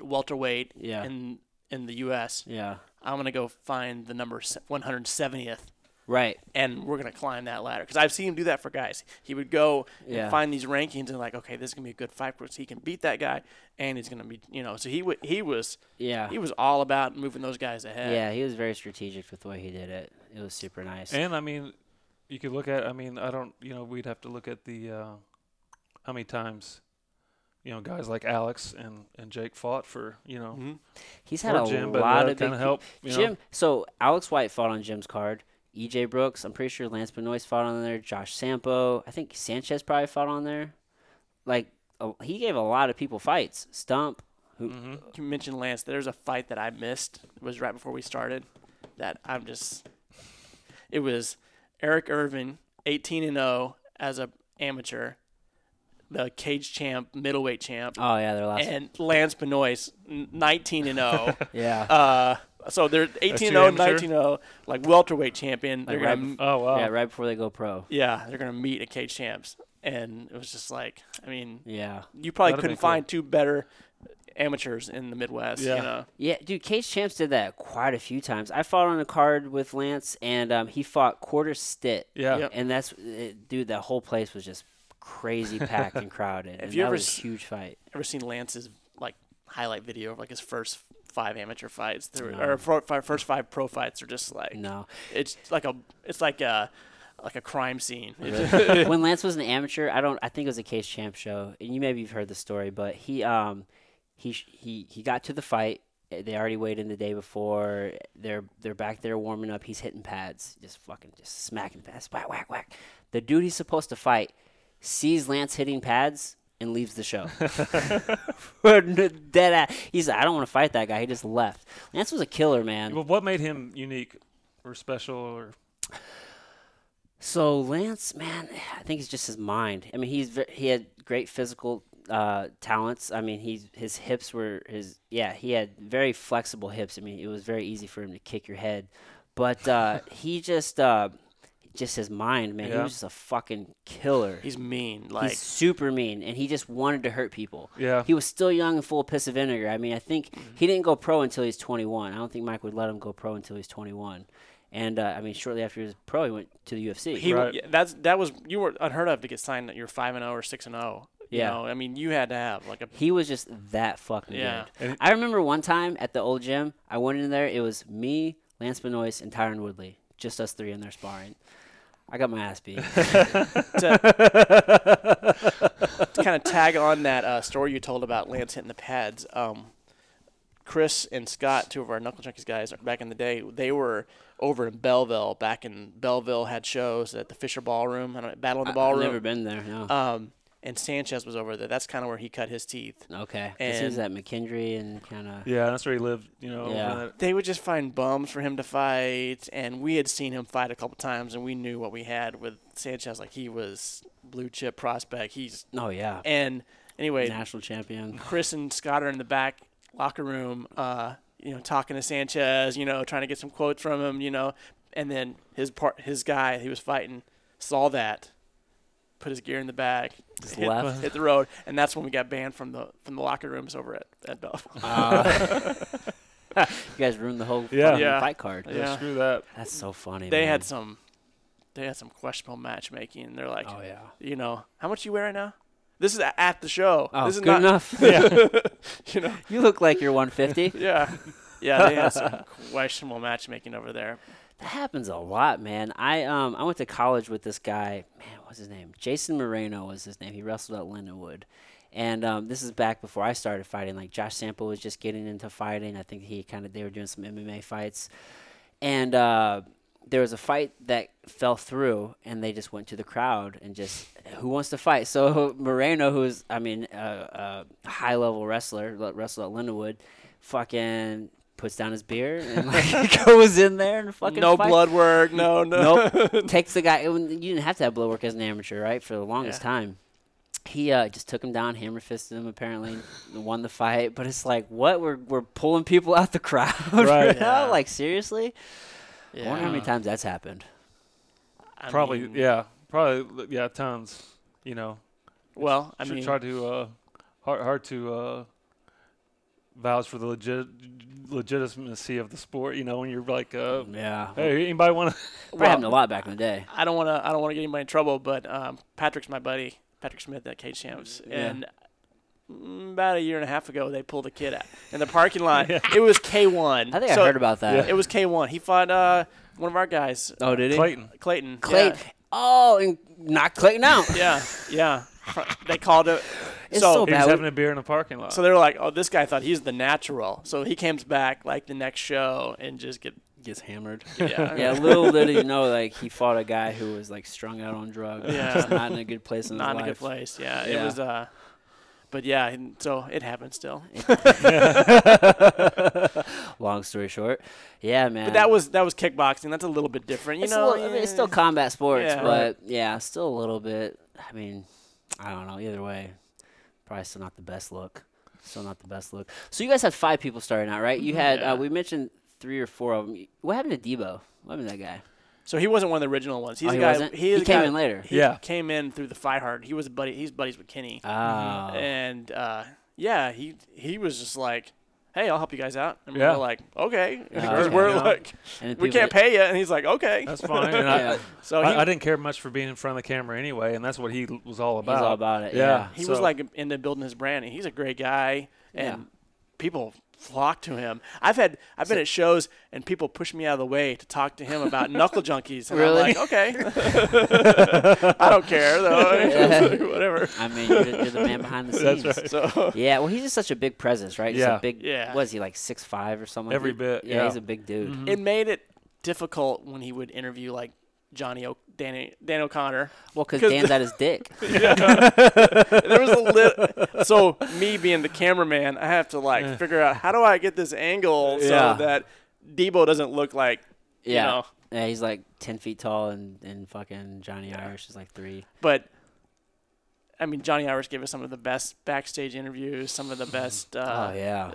B: welterweight
A: Yeah.
B: in in the U.S.
A: Yeah.
B: I'm gonna go find the number se- 170th
A: Right.
B: and we're gonna climb that ladder because I've seen him do that for guys. He would go
A: Yeah.
B: and find these rankings and like, okay, this is gonna be a good fight because he can beat that guy, and he's gonna be, you know. So he wa he was
A: Yeah.
B: he was all about moving those guys ahead.
A: Yeah. He was very strategic with the way he did it. It was super nice.
C: And I mean, you could look at. I mean, I don't. You know, we'd have to look at the uh, how many times, you know, guys like Alex and and Jake fought for. You know,
B: Mhm.
A: He's had
C: for
A: a
C: Jim, but uh,
A: lot
C: that
A: of big
C: kind of help. You know?
A: Jim. So Alex White fought on Jim's card. EJ Brooks. I'm pretty sure Lance Benoist fought on there. Josh Sampo. I think Sanchez probably fought on there. Like a, he gave a lot of people fights. Stump. Who
C: Mhm.
B: You mentioned Lance. There's a fight that I missed. It was right before we started. That I'm just. It was Eric Irvin, 18 and 0 as a amateur, the cage champ, middleweight champ,
A: Oh yeah, their last.
B: and Lance Benoist, 19 and 0.
A: yeah.
B: Uh, so they're oh, 18
C: two
B: 0,
C: amateur?
B: 19 0, like welterweight champion. They're
A: Like right
B: gonna,
C: Oh wow.
A: yeah, right before they go pro.
B: yeah, they're gonna meet at cage champs, and it was just like, I mean,
A: Yeah.
B: you probably
C: That'd
B: couldn't
C: be cool.
B: find two better amateurs in the Midwest.
C: Yeah.
B: You know,
A: Yeah, dude, Cage Champs did that quite a few times. I fought on a card with Lance, and um, he fought Quarter Stit.
C: Yeah.
B: Yep.
A: And that's, it, dude, that whole place was just crazy packed and crowded. and
B: you
A: that
B: ever
A: was
B: s-
A: a huge fight.
B: ever seen Lance's like highlight video of like his first five amateur fights? There were-
A: No.
B: or four, five, first five pro fights are just like
A: No.
B: it's like a it's like a like a crime scene.
A: when Lance was an amateur, I don't. I think it was a Cage Champ show, and you maybe you've heard the story, but he um he sh- he he got to the fight. eh, They already weighed in the day before. They're they're back there warming up. He's hitting pads, just fucking just smacking pads, whack whack whack. The dude he's supposed to fight sees Lance hitting pads and leaves the show. Dead ass. He's like, I don't want to fight that guy. He just left. Lance was a killer, man.
C: Well, what made him unique or special or
A: So Lance, man, I think it's just his mind. I mean, he's ve- he had great physical uh, talents. I mean, he's his hips were his yeah. He had very flexible hips. I mean, it was very easy for him to kick your head, but uh, he just uh, just his mind, man. He
C: Yeah.
A: was just a fucking killer.
B: He's mean. Like
A: He's super mean, and he just wanted to hurt people.
C: Yeah.
A: He was still young and full of piss and vinegar. I mean, I think he didn't go pro until he's 21. I don't think Mike would let him go pro until he's 21. And uh, I mean, shortly after he was pro, he went to the UFC.
B: He
C: Right.
B: yeah, that's that was you were unheard of to get signed that you're five and zero or six and zero.
A: Yeah.
B: You know, I mean, you had to have like a
A: He was just that fucking
B: Yeah.
A: good.
C: And-
A: I remember one time at the old gym, I went in there. It was me, Lance Benoist, and Tyron Woodley. Just us three in there sparring. I got my ass beat.
B: to, kind of tag on that uh, story you told about Lance hitting the pads. Um, Chris and Scott, two of our knuckle junkies guys back in the day, they were over in Belleville. Back in Belleville, had shows at the Fisher Ballroom, I don't know, Battle in the
A: I've
B: Ballroom.
A: never been there. No.
B: um, and Sanchez was over there. That's kind of where he cut his teeth.
A: okay. 'Cause he was at
B: and-
A: McKendree and kind of.
C: yeah? That's where he lived. You know. over
A: Yeah.
C: that-
B: they would just find bums for him to fight and we had seen him fight a couple times and we knew what we had with Sanchez like he was blue chip prospect he's
A: Oh yeah.
B: and anyway
A: National champion.
B: Chris and Scott are in the back locker room uh you know talking to Sanchez you know trying to get some quotes from him you know and then his part his guy he was fighting saw that put his gear in the bag
A: Just
B: hit,
A: left.
B: hit the road and that's when we got banned from the from the locker rooms over at, at Belleville
A: Uh, you guys ruined the whole
C: Yeah.
A: fucking
B: Yeah.
A: fight card.
C: yeah,
B: Yeah.
C: Screw that.
A: That's so funny.
B: they
A: man.
B: had some they had some questionable matchmaking and they're like
A: Oh yeah.
B: you know, how much you wear right now? This is a- at the show.
A: Oh,
B: this is
A: good
B: not,
A: enough.
B: you know,
A: you look like you're 150.
B: yeah, yeah. They had some questionable matchmaking over there.
A: That happens a lot, man. I um I went to college with this guy. Man, what's his name? Jason Moreno was his name. He wrestled at Lindenwood. And um, this is back before I started fighting. Like Josh Sample was just getting into fighting. I think he kind of they were doing some MMA fights, and uh, there was a fight that fell through, and they just went to the crowd and just who wants to fight. So Moreno, who's I mean a, a high level wrestler, le- wrestled at Lindenwood, fucking puts down his beer and like goes in there and fucking
B: no
A: fights.
B: blood work. No, no.
A: takes the guy. it was- You didn't have to have blood work as an amateur, right? For the longest
B: Yeah.
A: time, he uh, just took him down, hammer fisted him, apparently and won the fight. But it's like, what? We're we're pulling people out the crowd, right?
C: Right.
A: now?
B: Yeah.
A: Like seriously? I wonder how many
C: Yeah.
A: times that's happened.
B: I
C: probably,
B: mean,
C: yeah, probably, yeah, tons. You know,
B: Well, I
C: Tr-
B: mean,
C: try to uh, hard hard to uh, vouch for the legit legitimacy of the sport. You know, when you're like,
A: Oh,
C: uh,
A: Yeah,
C: hey, anybody want to?
A: probably happened a lot back in the day.
B: I don't want to. I don't want to get anybody in trouble. But um, Patrick's my buddy, Patrick Smith at Cage Champs,
A: Yeah.
B: and mm, about a year and a half ago, they pulled a kid out in the parking lot. It was K one.
A: I think I heard about that.
B: It was K one. He fought uh, one of our guys, Uh,
A: Oh, did he?
C: Clayton.
B: Clayton.
A: Clayton. Oh, and knock Clayton out.
B: Yeah, yeah. yeah. they called it.
A: It's so
B: so,
C: He was
A: Now-
C: having a beer in a parking lot.
B: so they were like, "Oh, this guy thought he's the natural." So he comes back like the next show and just get
A: Gets hammered.
B: yeah.
A: Yeah, little did he know, like he fought a guy who was like strung out on drugs.
B: Yeah.
A: just not in a good place in
B: not
A: his
B: in a
A: life.
B: good place. Yeah,
A: Yeah.
B: it was. uh But yeah, and so it happened still.
A: Long story short, yeah, man.
B: But that was that was kickboxing. That's a little bit different, you
A: it's, a
B: know.
A: little, I mean, it's still combat sports,
B: Yeah.
A: but yeah, still a little bit. I mean, I don't know. Either way, probably still not the best look. Still not the best look. So you guys had five people starting out, right? You had
B: Mm-hmm. Yeah.
A: uh, we mentioned three or four of them. What happened to Debo? What happened to that guy?
B: So he wasn't one of the original ones. He's
A: Oh,
B: a
A: he
B: guy.
A: wasn't?
B: He, is
A: He
B: a
A: came
B: guy-
A: in later.
B: He
C: Yeah.
B: came in through the Firehard. He was a buddy. He's buddies with Kenny.
A: Oh,
B: And uh, yeah, he he was just like, "Hey, I'll help you guys out." And we
C: Yeah.
B: we're like, "Okay," because
A: Sure.
B: we're
C: Yeah.
B: like,
A: and then
B: "We
A: people-
B: can't pay you," and he's like, "Okay."
C: that's fine. And I,
A: Yeah.
B: so he,
C: I, I didn't care much for being in front of the camera anyway, and that's what he l- was all
A: He's
C: about.
A: all about it.
C: Yeah.
A: Yeah.
B: he was
C: so-
B: like into building his brand, and he's a great guy, and
A: Yeah.
B: people flock to him. I've had I've been at shows, and people push me out of the way to talk to him about knuckle junkies. And
A: Really?
B: I'm like, okay, I don't care though, whatever.
A: I mean, you're, the- you're the man behind the scenes.
C: That's right.
B: So
A: Yeah, well, he's just such a big presence, right? He's
C: Yeah.
A: a big.
B: Yeah.
A: Was he like six five or something? like
C: Every
A: that?
C: bit,
A: Yeah, he's
C: yeah.
A: a big dude.
B: it made it difficult when he would interview like Johnny o- Danny Dan O'Connor.
A: Well, because
B: 'Cause
A: Dan's at his dick.
B: There was a lit- so me being the cameraman, I have to like figure out how do I get this angle
C: Yeah.
B: so that Debo doesn't look like you
A: Yeah.
B: know
A: Yeah, he's like ten feet tall, and, and fucking Johnny Irish is like three.
B: but I mean, Johnny Irish gave us some of the best backstage interviews, some of the best. Uh,
A: oh yeah,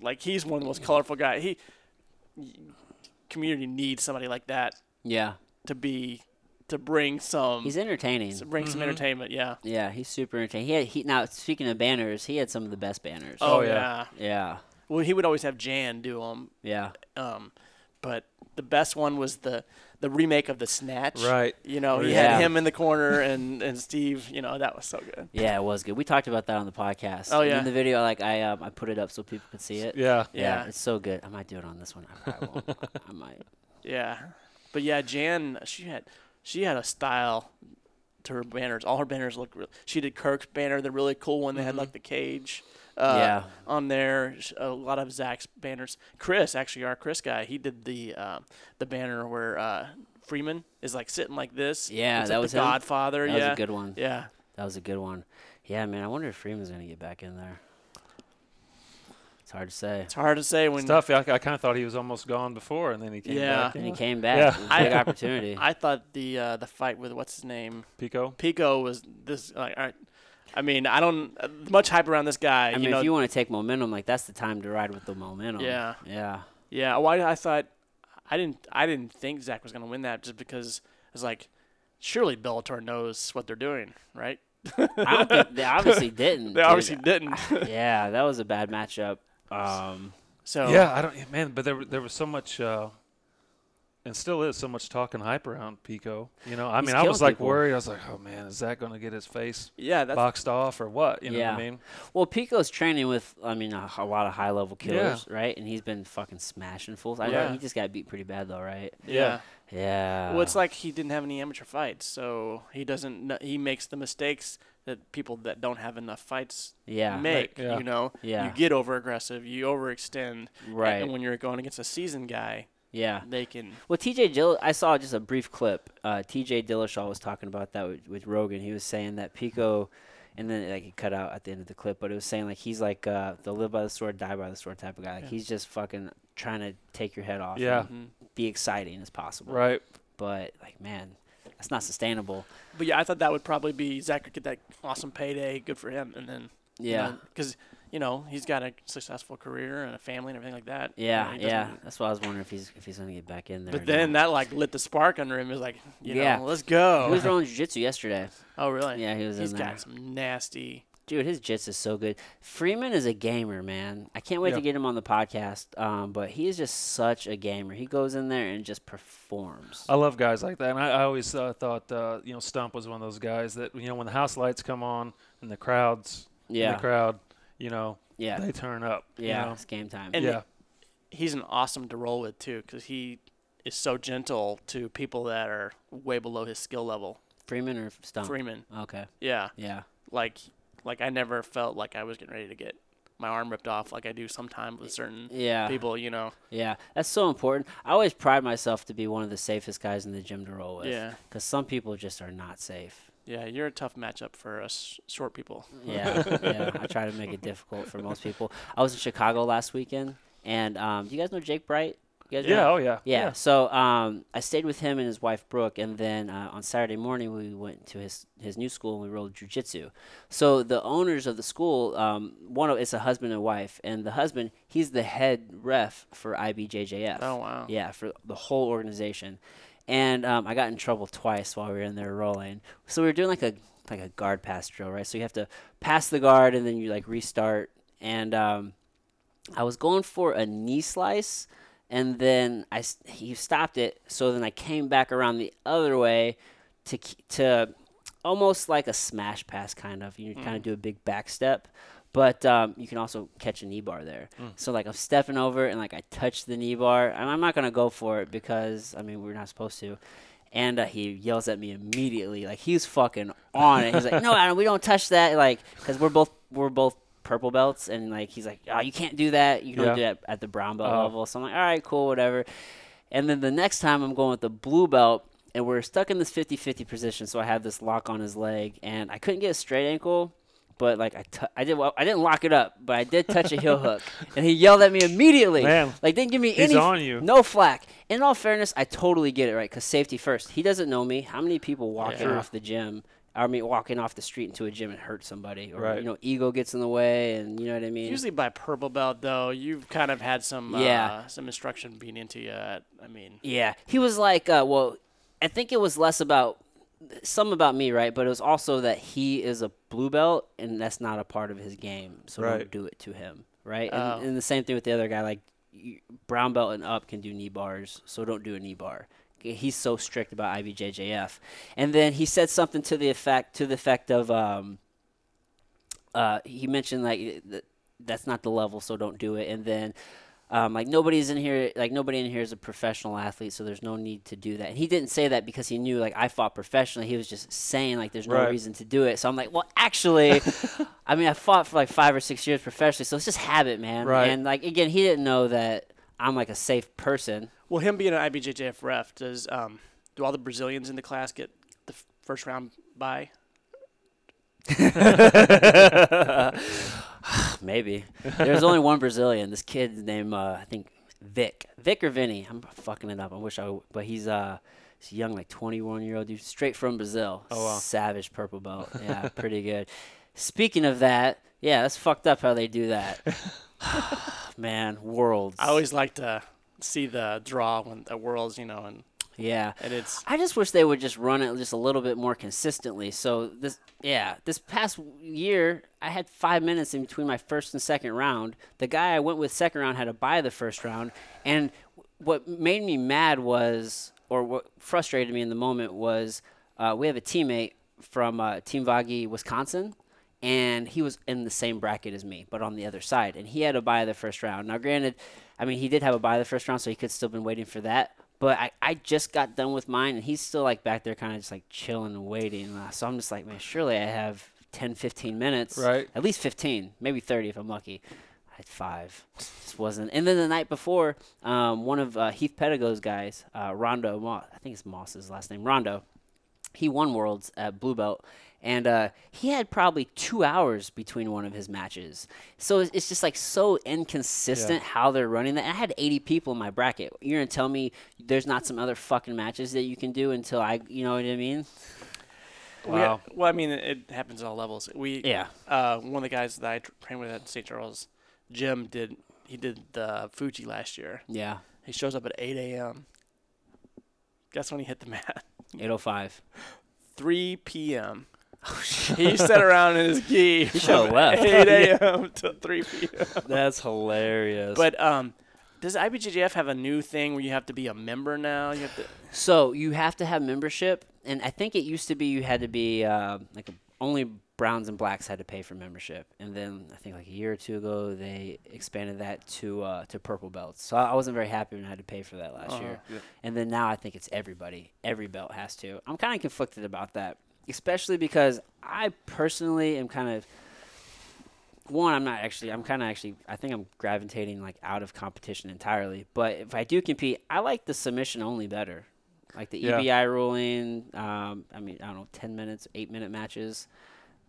B: Like he's one of the most colorful guy. He community needs somebody like that
A: yeah.
B: to be to bring some
A: He's entertaining.
B: to bring
C: Mm-hmm.
B: some entertainment. Yeah.
A: Yeah, he's super entertaining. He had he now speaking of banners, he had some of the best banners.
C: Oh,
B: Oh,
C: yeah.
B: yeah.
A: Yeah,
B: Well, he would always have Jan do them.
A: yeah.
B: Um, but the best one was the the remake of the Snatch.
C: Right.
B: You know, he
A: Yeah.
B: had him in the corner and and Steve. You know, that was so good.
A: Yeah, it was good. We talked about that on the podcast.
B: Oh,
A: And
B: yeah.
A: In the video, like I um, I put it up so people could see it.
C: Yeah.
A: Yeah,
B: Yeah.
A: it's so good. I might do it on this one. I probably won't. I might.
B: Yeah, but yeah, Jan she had she had a style to her banners. All her banners looked. Real, she did Kirk's banner, the really cool one that had like the cage. Uh,
A: Mm-hmm. Yeah.
B: on there, Sh- a lot of Zach's banners. Chris, actually, our Chris guy, he did the um the banner where uh, Freeman is like sitting like this.
A: Yeah,
B: It's
A: that
B: like
A: was
B: the
A: him.
B: Godfather.
A: That
B: yeah,
A: was a good one.
B: yeah.
A: That was a good one. Yeah, man. I wonder if Freeman's gonna get back in there. It's hard to say.
B: It's hard to say when
C: It's tough. I, I kind of thought he was almost gone before, and then he came
B: Yeah.
C: back.
A: And
C: you
A: he
C: know?
A: came back.
C: Yeah.
A: It was a big
B: I-
A: opportunity.
B: I thought the uh, the fight with what's his name
C: Pico.
B: Pico was this. Like, all right. I mean, I don't uh, much hype around this guy.
A: I mean,
B: you know,
A: if you want to take momentum, like that's the time to ride with the momentum.
B: Yeah.
A: Yeah.
B: Yeah, why I thought I didn't I didn't think Zach was gonna win that just because I was like, surely Bellator knows what they're doing, right?
A: I don't think they obviously didn't.
B: They
A: dude.
B: obviously didn't.
A: yeah, that was a bad matchup. Um,
B: So
C: Yeah, I don't. yeah, Man, but there were- there was so much, uh, and still is so much talk and hype around Pico. You know, I
A: He's
C: mean, I was
A: killing
C: like
A: people.
C: worried. I was like, oh man, is that going to get his face
B: yeah, that's
C: boxed off or what? You know
A: yeah.
C: what I mean?
A: Well, Pico's training with, I mean, a, a lot of high level killers, right? And he's been fucking smashing fools. I know
B: Yeah.
A: he just got beat pretty bad though, right?
B: yeah.
A: Yeah.
B: Well, it's like he didn't have any amateur fights, so he doesn't. kn- He makes the mistakes that people that don't have enough fights
A: yeah.
B: make.
C: yeah.
B: You know,
A: Yeah.
B: you get over aggressive, you overextend,
A: Right.
B: And when you're going against a seasoned guy,
A: Yeah.
B: they can.
A: Well, TJ Dill, I saw just a brief clip. Uh, TJ Dillashaw was talking about that with, with Rogan. He was saying that Pico, and then like he cut out at the end of the clip, but it was saying like he's like uh, the live by the sword, die by the sword type of guy. Like
C: Yeah.
A: he's just fucking trying to take your head off.
C: Yeah.
A: and
B: hmm.
A: be exciting as possible.
C: Right.
A: But like, man, that's not sustainable.
B: But yeah, I thought that would probably be Zach could get that awesome payday. Good for him. And then
A: Yeah.
B: because you know he's got a successful career and a family and everything like that. You know,
A: Yeah,
B: he doesn't-
A: yeah. That's why I was wondering if he's if he's gonna get back in there.
B: But then that like lit the spark under him. He was like, you
A: Yeah.
B: know, let's
A: he was
B: go.
A: rolling jiu-jitsu yesterday.
B: Oh really?
A: Yeah, he was
B: He's
A: in there.
B: got some nasty.
A: Dude, his jits is so good. Freeman is a gamer, man. I can't wait
C: Yeah.
A: to get him on the podcast. Um, but he is just such a gamer. He goes in there and just performs.
C: I love guys like that, and I, I always uh, thought uh, you know Stump was one of those guys that you know when the house lights come on and the crowds, in
A: yeah,
C: the crowd, you know
A: yeah,
C: they turn up. you
A: yeah.
C: know?
A: It's game time.
B: And-
C: yeah,
B: He's an awesome to roll with too, because he is so gentle to people that are way below his skill level.
A: Freeman or Stump?
B: Freeman.
A: Okay.
B: Yeah.
A: Yeah.
B: Like like I never felt like I was getting ready to get my arm ripped off like I do sometimes with certain
A: Yeah.
B: people, you know.
A: Yeah. That's so important. I always pride myself to be one of the safest guys in the gym to roll with.
B: Yeah.
A: Because some people just are not safe.
B: Yeah, you're a tough matchup for us short people.
A: Yeah. yeah. I try to make it difficult for most people. I was in Chicago last weekend, and um, do you guys know Jake Bright? You guys know
C: yeah, oh yeah,
A: Yeah. So um, I stayed with him and his wife Brooke, and then uh, on Saturday morning we went to his his new school and we rolled jujitsu. So the owners of the school, um, one of it's a husband and wife, and the husband he's the head ref for IBJJF.
B: Oh wow.
A: Yeah, for the whole organization. And um, I got in trouble twice while we were in there rolling. So we were doing like a like a guard pass drill, right? So you have to pass the guard and then you like restart. And um, I was going for a knee slice, and then I s- he stopped it. So then I came back around the other way to k- to almost like a smash pass kind of. You kind of do a big back step, but um, you can also catch a knee bar there. So like I'm stepping over and like I touch the knee bar, and I'm not gonna go for it because I mean we're not supposed to. And uh, he yells at me immediately, like he's fucking on it. He's like, "No, Adam, we don't touch that," like because we're both we're both purple belts, and like he's like, "Oh, you can't do that. You can
C: Yeah.
A: only do that at the brown belt
C: Oh.
A: level." So I'm like, "All right, cool, whatever." And then the next time I'm going with the blue belt, and we're stuck in this 50 50 position. So I have this lock on his leg, and I couldn't get a straight ankle. But like I, t- I did, well, I didn't lock it up, but I did touch a heel hook, and he yelled at me immediately.
C: Man,
A: like didn't give me
C: he's
A: any,
C: on you.
A: no flack. In all fairness, I totally get it, right? Because safety first. He doesn't know me. How many people walking
C: True.
A: off the gym? I mean, walking off the street into a gym and hurt somebody, or
C: Right.
A: you know, ego gets in the way, and you know what I mean.
B: Usually by purple belt though, you've kind of had some
A: Yeah.
B: uh, some instruction being into you. At, I mean,
A: Yeah, he was like, uh, well, I think it was less about some about me, right? But it was also that he is a blue belt, and that's not a part of his game, so
C: Right.
A: don't do it to him, right?
B: Oh.
A: And, and the same thing with the other guy, like you, brown belt and up can do knee bars, so don't do a knee bar. He's so strict about IBJJF, and then he said something to the effect to the effect of, um, uh, he mentioned like th- that's not the level, so don't do it, and then um, like nobody's in here like nobody in here is a professional athlete so there's no need to do that and he didn't say that because he knew like i fought professionally he was just saying like there's no
C: Right.
A: reason to do it so i'm like well actually i mean i fought for like five or six years professionally so it's just habit man
C: Right.
A: and like again he didn't know that i'm like a safe person
B: well, him being an IBJJF ref, does um, do all the Brazilians in the class get the f- first round bye?
A: maybe there's only one brazilian this kid's name uh, i think vic vic or vinny i'm fucking it up i wish i w- but he's uh he's a young like 21 year old dude straight from brazil
C: Oh, wow.
A: savage purple belt yeah pretty good speaking of that yeah that's fucked up how they do that man worlds
B: I always like to see the draw when the worlds, you know, and
A: yeah
B: and it's
A: I just wish they would just run it just a little bit more consistently. So this, yeah, this past year I had five minutes in between my first and second round. The guy I went with second round had to buy the first round, and what made me mad was, or what frustrated me in the moment was, uh, we have a teammate from uh, Team Vagi, Wisconsin. And he was in the same bracket as me, but on the other side. And he had a buy the first round. Now, granted, I mean, he did have a buy the first round, so he could still been waiting for that. But I, I just got done with mine, and he's still like back there, kind of just like chilling and waiting. Uh, So I'm just like, man, surely I have 10, 15 minutes.
C: Right.
A: At least 15, maybe 30 if I'm lucky. at five. Just wasn't. And then the night before, um, one of uh, Heath Pettigo's guys, uh, Rondo Moss, I think it's Moss's last name, Rondo, he won Worlds at Blue Belt. And uh, he had probably two hours between one of his matches. So it's, it's just like so inconsistent how they're running that. I had 80 people in my bracket. You're going to tell me there's not some other fucking matches that you can do until I, you know what I mean?
B: We ha-
C: Wow.
B: well, I mean, it happens at all levels. We
A: Yeah.
B: Uh, one of the guys that I tr- trained with at St. Charles, Jim did. He did the Fuji last year.
A: Yeah.
B: He shows up at 8 a.m. Guess when he hit the mat?
A: 805.
B: 3 p.m. Oh, he sat around in his gi
A: shoulda
B: from
A: left.
B: 8 a.m. to 3 p.m.
A: That's hilarious.
B: But um, does IBJJF have a new thing where you have to be a member now? You have to.
A: So you have to have membership, and I think it used to be you had to be uh, like only Browns and Blacks had to pay for membership, and then I think like a year or two ago they expanded that to uh, to purple belts. So I I wasn't very happy when I had to pay for that last year, and then now I think it's everybody, every belt has to. I'm kind of conflicted about that, especially because I personally am kind of one i'm not actually i'm kind of actually i think i'm gravitating like out of competition entirely but if i do compete i like the submission only better like the
C: Yeah.
A: ebi ruling um, i mean i don't know 10 minutes 8 minute matches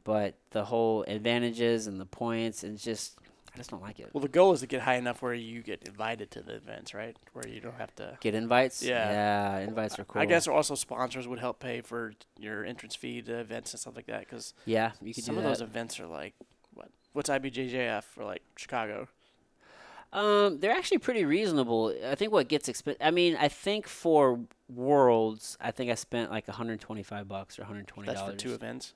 A: but the whole advantages and the points and just i just don't like it
B: Well, the goal is to get high enough where you get invited to the events, right? Where you don't have to.
A: get invites
B: Yeah.
A: yeah invites are cool
B: I guess also sponsors would help pay for your entrance fee to events and stuff like that. Because
A: yeah you could
B: some
A: do
B: of
A: that
B: those events are like, what? What's IBJJF for like Chicago?
A: Um, they're actually pretty reasonable. I think what gets expen I mean, I think for worlds, I think I spent like 125 bucks or 120
B: That's for
A: dollars.
B: two events.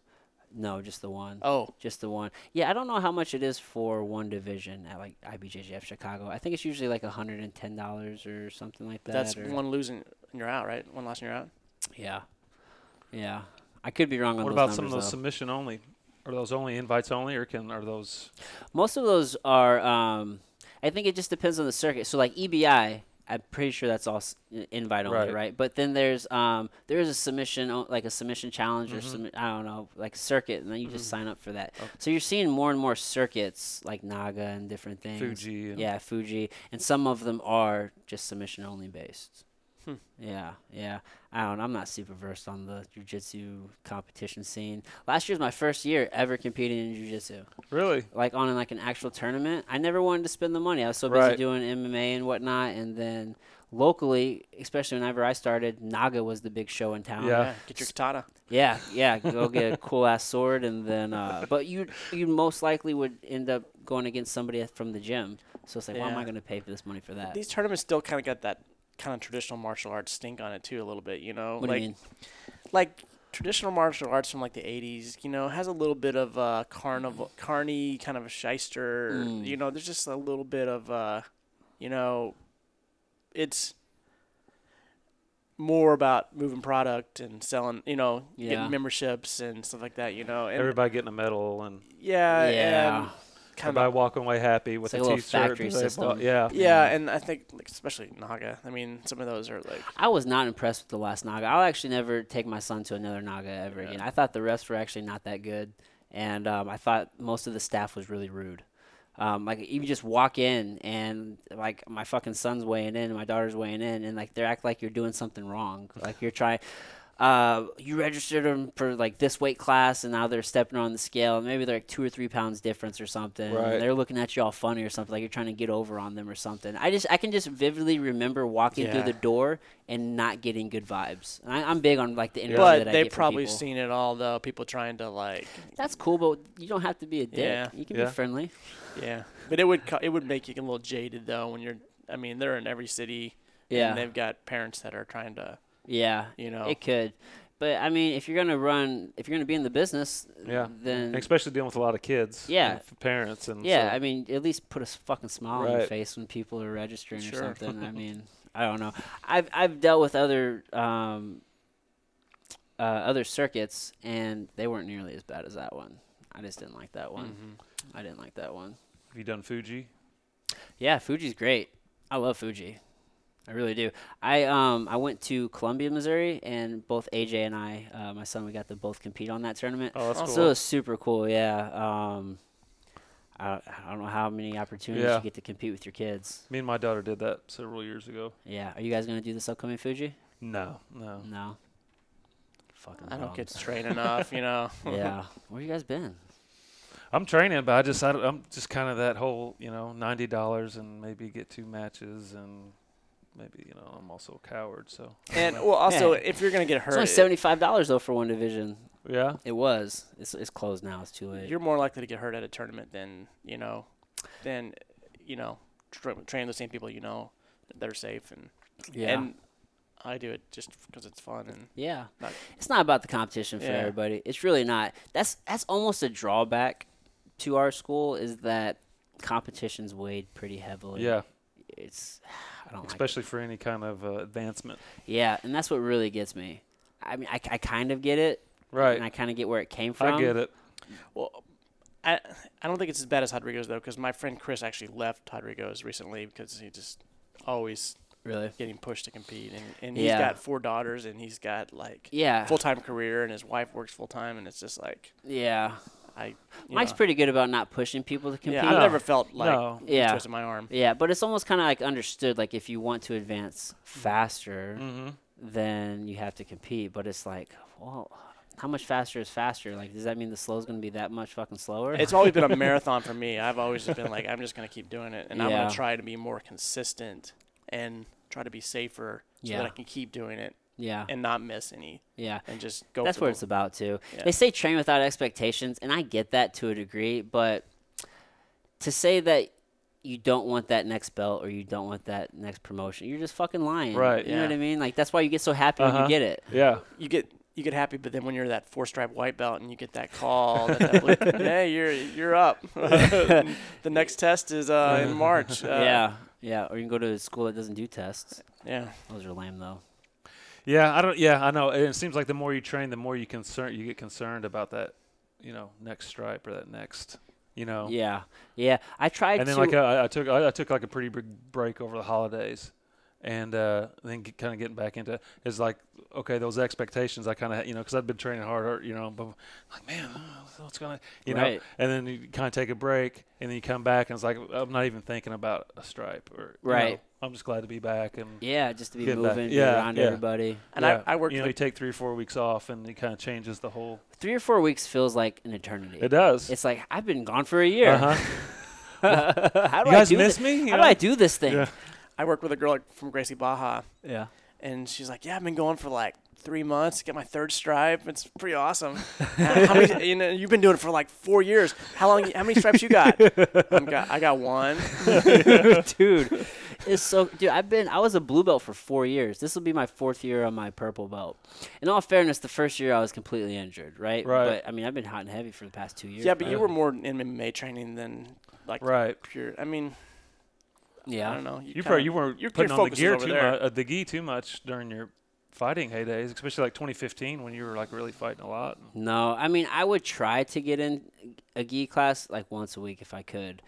A: No, just the one.
B: Oh,
A: Just the one. Yeah, I don't know how much it is for one division at like IBJJF Chicago. I think it's usually like $110 or something like that.
B: that's
A: or-
B: one losing and you're out, right? One loss and you're out.
A: Yeah. Yeah. I could be wrong on
C: What
A: those
C: about
A: numbers,
C: some of those
A: though.
C: submission only? Are those only invites only, or can are those?
A: Most of those are. Um, I think it just depends on the circuit. So like EBI, I'm pretty sure that's all s- i- invite only, right?
C: Right.
A: But then there's um, there's a submission o- like a submission challenge
C: Mm-hmm.
A: or some I don't know like circuit, and then you just sign up for that.
C: Oh.
A: So you're seeing more and more circuits like Naga and different things.
C: Fuji and-
A: yeah, Fuji, and some of them are just submission only based.
B: Hmm.
A: Yeah, yeah. I don't. I'm not super versed on the jujitsu competition scene. Last year's my first year ever competing in jujitsu
C: Really?
A: like on like an actual tournament. I never wanted to spend the money. I was so busy
C: Right.
A: doing MMA and whatnot, and then locally, especially whenever I started, Naga was the big show in town.
C: Yeah.
B: Get your katana.
A: yeah, yeah, Go get a cool ass sword, and then uh, but you you most likely would end up going against somebody from the gym. So it's like, why am I
B: Yeah.
A: going to pay for this money for that?
B: These tournaments still kind of got that kind of traditional martial arts stink on it too a little bit, you know.
A: what
B: like
A: do you mean?
B: like traditional martial arts from like the 80s, you know, has a little bit of uh carnival carny kind of a shyster,
A: Mm.
B: you know, there's just a little bit of uh you know it's more about moving product and selling, you know,
A: Yeah.
B: getting memberships and stuff like that, you know. And
C: Everybody getting a medal and
B: yeah,
A: Yeah.
B: and kind
C: everybody
B: of
C: walking away happy
A: It's
C: with
A: like
C: a
A: a little
C: t-shirt. that
A: factory
C: they bought.
A: system.
C: Yeah.
B: Yeah, and I think like, especially Naga. I mean, some of those are like
A: I was not impressed with the last Naga. I'll actually never take my son to another Naga ever
B: Yeah.
A: again. I thought the refs were actually not that good, and um, I thought most of the staff was really rude. Um, like you just walk in and like my fucking son's weighing in, my daughter's weighing in, and like they act like you're doing something wrong. Like you're trying, uh, you registered them for like this weight class, and now they're stepping on the scale, and maybe they're like two or three pounds difference or something. and
C: Right.
A: they're looking at you all funny or something, like you're trying to get over on them or something. I just I can just vividly remember walking
B: Yeah.
A: through the door and not getting good vibes. And I, I'm big on like the energy
B: But
A: that I
B: they've
A: get from
B: probably
A: people.
B: seen it all though. People trying to like,
A: That's cool, but you don't have to be a dick.
B: Yeah.
A: You can
C: Yeah.
A: be friendly.
B: yeah. But it would co- it would make you a little jaded though when you're. I mean, they're in every city.
A: Yeah.
B: And they've got parents that are trying to,
A: Yeah,
B: you know.
A: it could. But I mean, if you're gonna run, if you're gonna be in the business,
C: Yeah.
A: then
C: And especially dealing with a lot of kids.
A: Yeah.
C: and f- parents and
A: yeah,
C: so-
A: I mean, at least put a s- fucking smile on your
C: Right.
A: face when people are registering
B: Sure.
A: or something. I mean, I don't know. I've I've dealt with other um, uh, other circuits, and they weren't nearly as bad as that one. I just didn't like that one.
C: Mm-hmm.
A: I didn't like that one.
C: have you done Fuji?
A: Yeah, Fuji's great. I love Fuji. I really do. I um I went to Columbia, Missouri, and both AJ and I, uh, my son, we got to both compete on that tournament.
C: Oh, that's
B: Also-
A: So it
C: cool.
A: was super cool. Yeah. Um, I don't, I don't know how many opportunities
C: Yeah.
A: you get to compete with your kids.
C: Me and my daughter did that several years ago.
A: Yeah. Are you guys gonna do this upcoming Fuji?
C: No, no.
A: No. Fucking.
B: I don't get
A: bums.
B: to train enough, you know.
A: yeah. Where you guys been?
C: I'm training, but I just I, don't- I'm just kind of that whole you know ninety dollars and maybe get two matches and maybe you know I'm also a coward. So I don't
B: And
C: know.
B: well, also if you're gonna get
A: It's
B: hurt,
A: only seventy five dollars though for one division.
C: yeah,
A: It was. It's it's closed now. It's too late.
B: you're more likely to get hurt at a tournament than you know, than you know, tra- train the same people you know that are safe and
A: yeah.
B: and I do it just because it's fun and
A: yeah.
B: not-
A: It's not about the competition for
B: Yeah.
A: everybody. It's really not. That's that's almost a drawback to our school is that competition's weighed pretty heavily.
C: yeah,
A: It's I don't like it.
C: especially for any kind of uh, advancement.
A: Yeah, and that's what really gets me. I mean, I, I kind of get it, and I
C: Right,
A: kind of get where it came from.
C: I get it.
B: well, I I don't think it's as bad as Rodrigo's though because my friend Chris actually left Rodrigo's recently because he just always
A: Really?
B: getting pushed to compete and and he's
A: Yeah.
B: got four daughters and he's got like
A: Yeah.
B: full time career and his wife works full time and it's just like
A: Yeah.
B: I you
A: Mike's
B: know.
A: pretty good about not pushing people to compete.
B: yeah I've never felt like
C: no,
A: Yeah.
B: twist in my arm
A: Yeah, but it's almost kind of like understood. Like if you want to advance faster,
C: mm-hmm.
A: then you have to compete. But it's like, well, how much faster is faster? Like, does that mean the slow is going to be that much fucking slower?
B: it's always been a marathon for me. I've always just been like, I'm just gonna keep doing it, and I'm
A: Yeah.
B: gonna try to be more consistent and try to be safer so
A: Yeah.
B: that I can keep doing it
A: yeah,
B: and not miss any,
A: yeah.
B: and just go.
A: That's
B: for
A: what
B: the-
A: it's about too.
B: Yeah.
A: They say train without expectations, and I get that to a degree, but to say that you don't want that next belt or you don't want that next promotion, you're just fucking lying.
C: Right.
A: You know what I
B: Yeah.
A: mean? Like that's why you get so happy when
C: Uh-huh.
A: you get it.
C: yeah,
B: you get you get happy, but then when you're that four stripe white belt and you get that call, that, that blue- hey, you're you're up. the next test is uh,
C: Uh-huh.
B: in March. Uh,
A: yeah. Yeah. Or you can go to a school that doesn't do tests.
B: yeah.
A: Those are lame though.
C: yeah. I don't. Yeah, I know. And it seems like the more you train, the more you concern you get concerned about that, you know, next stripe or that next, you know.
A: Yeah. Yeah. I tried
C: Oh. and then
A: to
C: like uh, I, I took I, I took like a pretty big break over the holidays, and uh, then get, kind of getting back into is like okay those expectations I kind of you know because I'd been training hard you know but like man uh, what's gonna you
A: Right.
C: know and then you kind of take a break and then you come back and it's like I'm not even thinking about a stripe or you know,
A: Right.
C: I'm just glad to be back and
A: Yeah, just to be
C: Get back-
A: moving be
C: yeah,
A: around
C: yeah.
A: everybody.
B: And
C: yeah,
B: I, I worked
C: you know
B: with
C: you take three or four weeks off and it kind of changes the whole
A: Three or four weeks feels like an eternity.
C: it does Uh-huh.
A: It's like I've been gone for a year. how do
C: you
A: I
C: guys
A: do
C: miss
A: this?
C: me You
A: How do
C: know?
A: I do this thing?
C: Yeah.
B: I worked with a girl from Gracie Baja,
A: yeah.
B: And she's like, "Yeah, I've been going for like three months. Get my third stripe. It's pretty awesome. Uh, how many, you know, you've been doing it for like four years. How long? How many stripes you got? I'm got I got one.
A: dude. It's so dude. I've been I was a blue belt for four years. This will be my fourth year on my purple belt. In all fairness, the first year I was completely injured, right?
C: Right.
A: But I mean, I've been hot and heavy for the past two years.
B: yeah, but you
A: bro.
B: were more in MMA training than like
C: right
B: pure. I mean, I
A: yeah,
B: don't know.
C: You
B: kinda-
C: probably you weren't
B: your- your
C: putting on the
B: focus was
C: gear
B: over
C: too
B: there.
C: much, uh, the gi too much during your fighting heydays, especially like 2015 when you were like really fighting a lot.
A: no. I mean, I would try to get in a gi class like once a week if I could.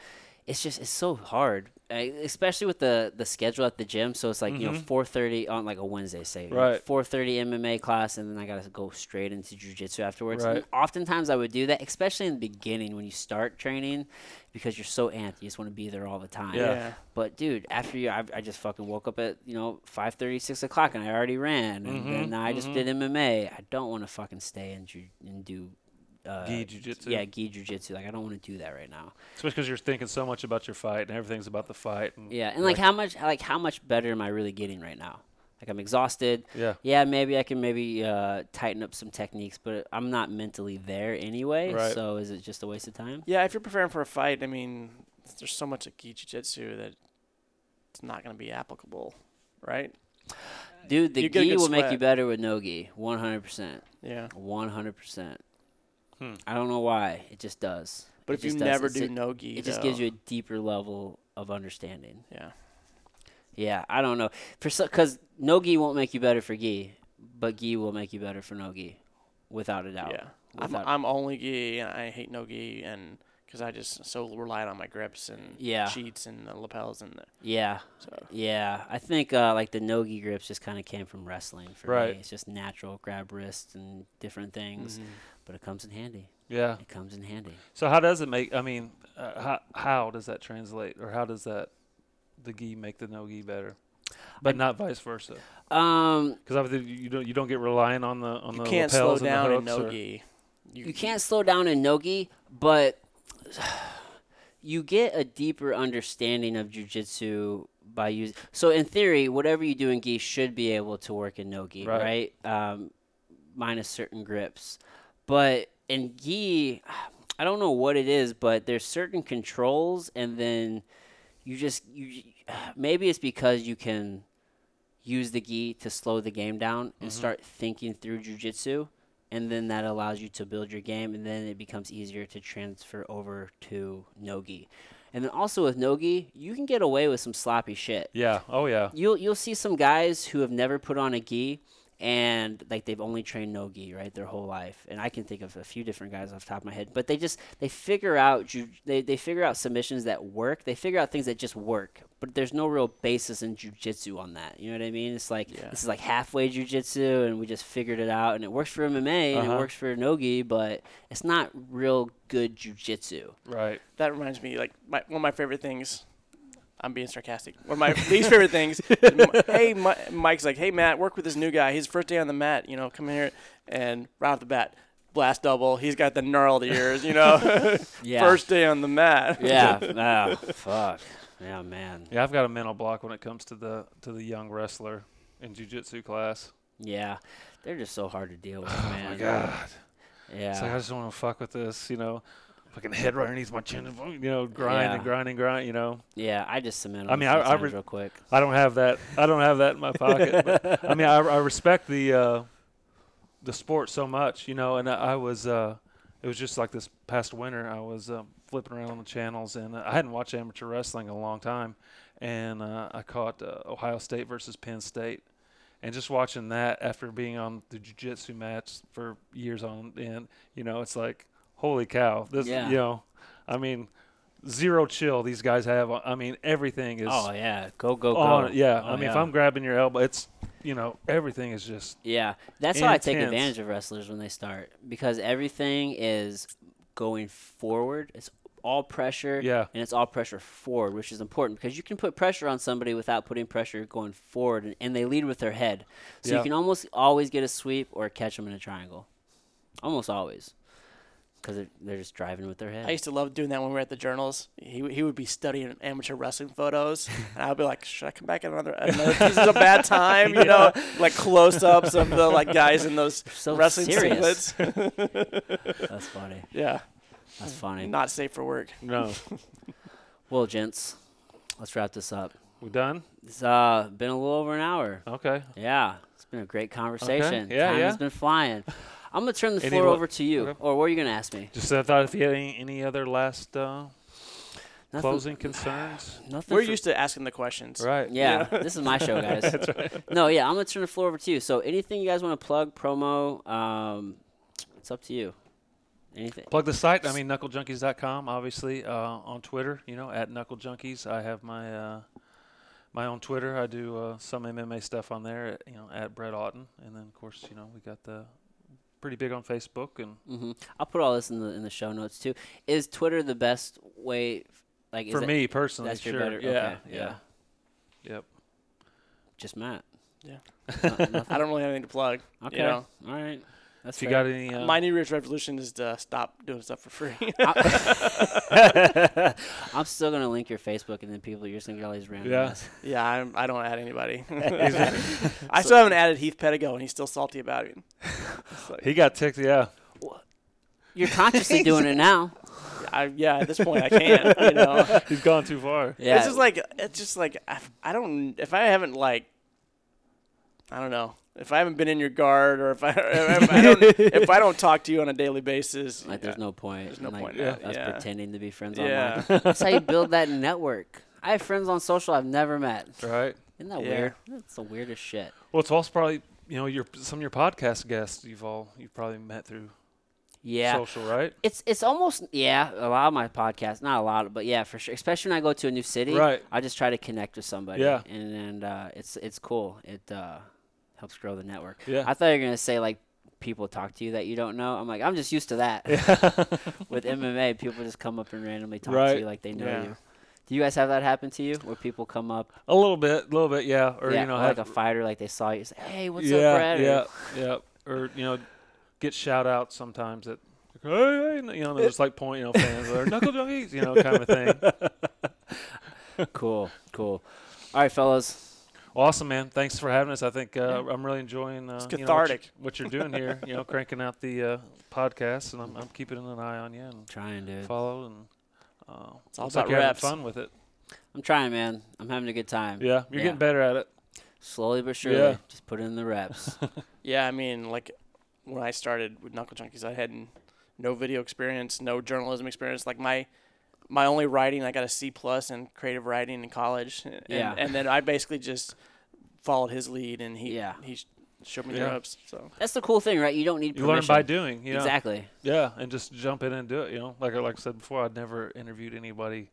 A: It's just it's so hard, eh, especially with the the schedule at the gym. So it's like you know
C: Mhm.
A: four thirty on like a Wednesday, say
C: Right.
A: four thirty MMA class, and then I gotta go straight into jujitsu afterwards. And
C: Right.
A: oftentimes I would do that, especially in the beginning when you start training, because you're so amped, you just want to be there all the time.
C: Yeah.
B: yeah.
A: But dude, after you, I, I just fucking woke up at you know five thirty, six o'clock, and I already ran, and then
C: Mhm,
B: Mm-hmm,
A: now I just
C: mhm.
A: did MMA. I don't want to fucking stay and ju- and do. Uh,
C: Gi jujitsu.
A: Yeah, gi jujitsu. Like I don't want to do that right now.
C: Especially because you're thinking so much about your fight and everything's about the fight.
B: Mm.
C: And
A: Yeah, and like how much like how much better am I really getting right now? Like I'm exhausted.
C: yeah,
A: Yeah, maybe I can maybe uh, tighten up some techniques, but I'm not mentally there anyway.
C: Right.
A: So is it just a waste of time?
B: Yeah, if you're preparing for a fight, I mean, there's so much at gi jitsu that it's not going to be applicable, right?
A: Dude, the
B: Uh, You get a
A: gi
B: good
A: will make you
B: sweat.
A: better with no gi. 100%.
B: Yeah.
A: 100%.
C: Hmm.
A: I don't know why. It just does.
B: But
A: It
B: if you
A: just does.
B: never
A: It's
B: do
A: a-
B: no gi,
A: it just gives you a deeper level of understanding.
B: yeah.
A: Yeah, I don't know. For so, cuz no gi won't make you better for gi, but gi will make you better for no gi without a doubt.
B: Yeah. I'm,
A: without-
B: I'm only gi and I hate no gi and 'cause because I just so relied on my grips and
A: Yeah.
B: cheats and the lapels and the
A: Yeah,
B: so
A: yeah. I think uh, like the nogi grips just kind of came from wrestling for
C: Right.
A: me. It's just natural grab wrists and different things,
B: Mm-hmm.
A: but it comes in handy.
C: Yeah.
A: It comes in handy.
C: So how does it make? I mean, uh, how how does that translate, or how does that the gi make the no gi better, but not vice versa?
A: Um,
C: Because obviously you don't you don't get relying on the on
B: you
C: the
B: can't slow
C: lapels and the
B: down in
C: hooks or-
B: nogi.
A: you can't slow down in nogi, but you get a deeper understanding of jujitsu by using. So in theory, whatever you do in gi should be able to work in nogi,
C: Right.
A: right? Um, minus certain grips, but in gi, I don't know what it is, but there's certain controls, and then you just you maybe it's because you can use the gi to slow the game down and start thinking through jujitsu, and then that allows you to build your game, and then it becomes easier to transfer over to no gi. And then also with no gi, you can get away with some sloppy shit.
C: Yeah. Oh yeah.
A: You'll you'll see some guys who have never put on a gi and like they've only trained no gi right their whole life. And I can think of a few different guys off the top of my head, but they just they figure out ju- they they figure out submissions that work. They figure out things that just work. But there's no real basis in jujitsu on that. You know what I mean? It's like
B: Yeah.
A: this is like halfway jujitsu, and we just figured it out, and it works for MMA and
C: Uh-huh.
A: it works for nogi, but it's not real good jujitsu.
C: Right.
B: That reminds me, like my, one of my favorite things. I'm being sarcastic. One of my least favorite things. is Mi- hey, Mi- Mike's like, hey Matt, work with this new guy. His first day on the mat. You know, come here and right off the bat, blast double. He's got the gnarled ears. You know,
A: Yeah.
B: first day on the mat.
A: Yeah. oh, fuck. Yeah, man.
C: Yeah, I've got a mental block when it comes to the to the young wrestler in jujitsu class.
A: Yeah, they're just so hard to deal with, man.
C: Oh my god.
A: Yeah.
C: It's like I just don't want to fuck with this, you know. Fucking head right underneath my chin, and, you know, grind and
A: Yeah.
C: grind and grind, you know.
A: yeah, I just submit.
C: I
A: I mean,
C: mean, I- I re-
A: real quick.
C: I don't have that. I don't have that in my pocket. but, I mean, I, I respect the uh, the sport so much, you know. And I, I was uh, it was just like this past winter. I was um, flipping around on the channels, and I hadn't watched amateur wrestling in a long time. And uh, I caught uh, Ohio State versus Penn State, and just watching that after being on the jiu-jitsu match for years on end, you know, it's like holy cow! This,
A: Yeah.
C: you know, I mean. Zero chill these guys have. I mean, everything is
A: Oh yeah, go go go.
C: on, yeah,
A: Oh,
C: I mean, if I'm grabbing your elbow, it's you know everything is just
A: yeah, that's how I take
C: intense.
A: advantage of wrestlers when they start because everything is going forward. It's all pressure.
C: Yeah.
A: And it's all pressure forward, which is important because you can put pressure on somebody without putting pressure going forward, and, and they lead with their head, so
C: Yeah.
A: you can almost always get a sweep or catch them in a triangle, almost always, because they're, they're just driving with their head.
B: I used to love doing that when we were at the journals. He, he would be studying amateur wrestling photos, and I'd be like, "Should I come back at another? another this is a bad time, you know, like close-ups of the like guys in those
A: so
B: wrestling
A: serious.
B: singlets."
A: That's funny.
B: yeah,
A: That's funny.
B: not safe for work.
C: no.
A: Well, gents, let's wrap this up.
C: we done?
A: It's uh, been a little over an hour.
C: Okay.
A: Yeah, it's been a great conversation.
C: Yeah,
A: Time has
C: yeah.
A: been flying. I'm gonna turn the
C: Any
A: floor
C: lo-
A: over to you,
C: okay.
A: or what are you gonna ask me?
C: Just I thought if you had any, any other last uh,
A: Nothing.
C: closing concerns,
A: Nothing.
B: We're
A: for-
B: used to asking the questions.
C: right?
A: Yeah, this is my show, guys. No, yeah, I'm gonna turn the floor over to you. So anything you guys want to plug, promo, um, it's up to you. Anything.
C: Plug the site. I mean, knucklejunkies.com. Obviously, uh, on Twitter, you know, at knucklejunkies. I have my uh, my own Twitter. I do uh, some MMA stuff on there. You know, at Brett Otten, and then of course, you know, we got the pretty big on Facebook and
A: hmm I'll put all this in the in the show notes too. Is Twitter the best way? Like is
C: for
A: it
C: me personally,
A: that's
C: sure.
A: your better- oh,
C: yeah,
A: okay,
C: yeah, yep.
A: just Matt.
B: Yeah.
A: No- nothing?
B: I don't really have anything to plug.
A: Okay.
B: You know,
A: All right. That's
C: If you
A: fair.
C: got any, uh,
B: my New Year's resolution is to stop doing stuff for free.
A: I'm still gonna link your Facebook, and then people you're just gonna get all these random.
C: Yeah.
A: messages.
B: yeah, I'm, I don't add anybody. I still haven't added Heath Pedigo, and he's still salty about it. It's like-
C: he got ticked. Yeah.
A: You're consciously doing it now.
B: I, yeah, at this point, I can't. You know.
C: He's gone too far.
A: Yeah.
B: It's just like it's just like I, I don't if I haven't like I don't know if I haven't been in your guard or if I if I don't if I don't talk to you on a daily basis.
A: Like, there's no point.
B: There's no
A: in, like,
B: point in
A: us
B: that, yeah.
A: pretending to be friends
B: yeah,
A: online. That's how you build that network. I have friends on social I've never met.
C: Right.
A: Isn't that
B: Yeah.
A: weird? That's the weirdest shit.
C: Well, it's also probably you know your some of your podcast guests you've all you've probably met through
A: Yeah.
C: social, right?
A: it's it's almost yeah a lot of my podcasts not a lot but yeah for sure especially when I go to a new city
C: Right.
A: I just try to connect with somebody
C: Yeah.
A: and and uh, it's it's cool it uh, helps grow the network
C: Yeah.
A: I thought you were gonna say like people talk to you that you don't know I'm like I'm just used to that with MMA people just come up and randomly talk to
C: Right.
A: you like they know
B: Yeah.
A: you do you guys have that happen to you where people come up
C: a little bit, a little bit, yeah. Or
A: yeah,
C: you know,
A: or like
C: have-
A: a fighter like they saw you say hey what's
C: yeah,
A: up Brad Or-
C: yeah, yeah. Or you know, get shout outs sometimes that. Hey, hey, and, you know, they're just like point, you know, fans or knuckle junkies, you know, kind of thing.
A: cool cool all right fellas
C: Awesome, man. Thanks for having us. I think uh, I'm really enjoying. Uh,
B: It's
C: you know, what you-
B: cathartic.
C: what, you're doing here. You know, cranking out the uh, podcast, and I'm, I'm keeping an eye on you and
A: trying to
C: follow and. Uh,
B: It's all
C: looks like
B: about
C: you're having
B: reps.
C: fun with it.
A: I'm trying man I'm having a good time
C: Yeah, you're
A: Yeah.
C: getting better at it.
A: Slowly but surely,
C: Yeah.
A: just put in the reps.
B: Yeah, I mean, like when I started with Knuckle Junkies, I had n- no video experience, no journalism experience. Like my my only writing, I got a C plus in creative writing in college. And,
A: Yeah.
B: and then I basically just followed his lead, and he
A: Yeah.
B: he sh- showed me the
C: Yeah.
B: ropes. So
A: That's the cool thing, right? You don't need
C: You
A: permission.
C: learn by doing. You know?
A: Exactly.
C: Yeah, and just jump in and do it. You know, like I like I said before, I'd never interviewed anybody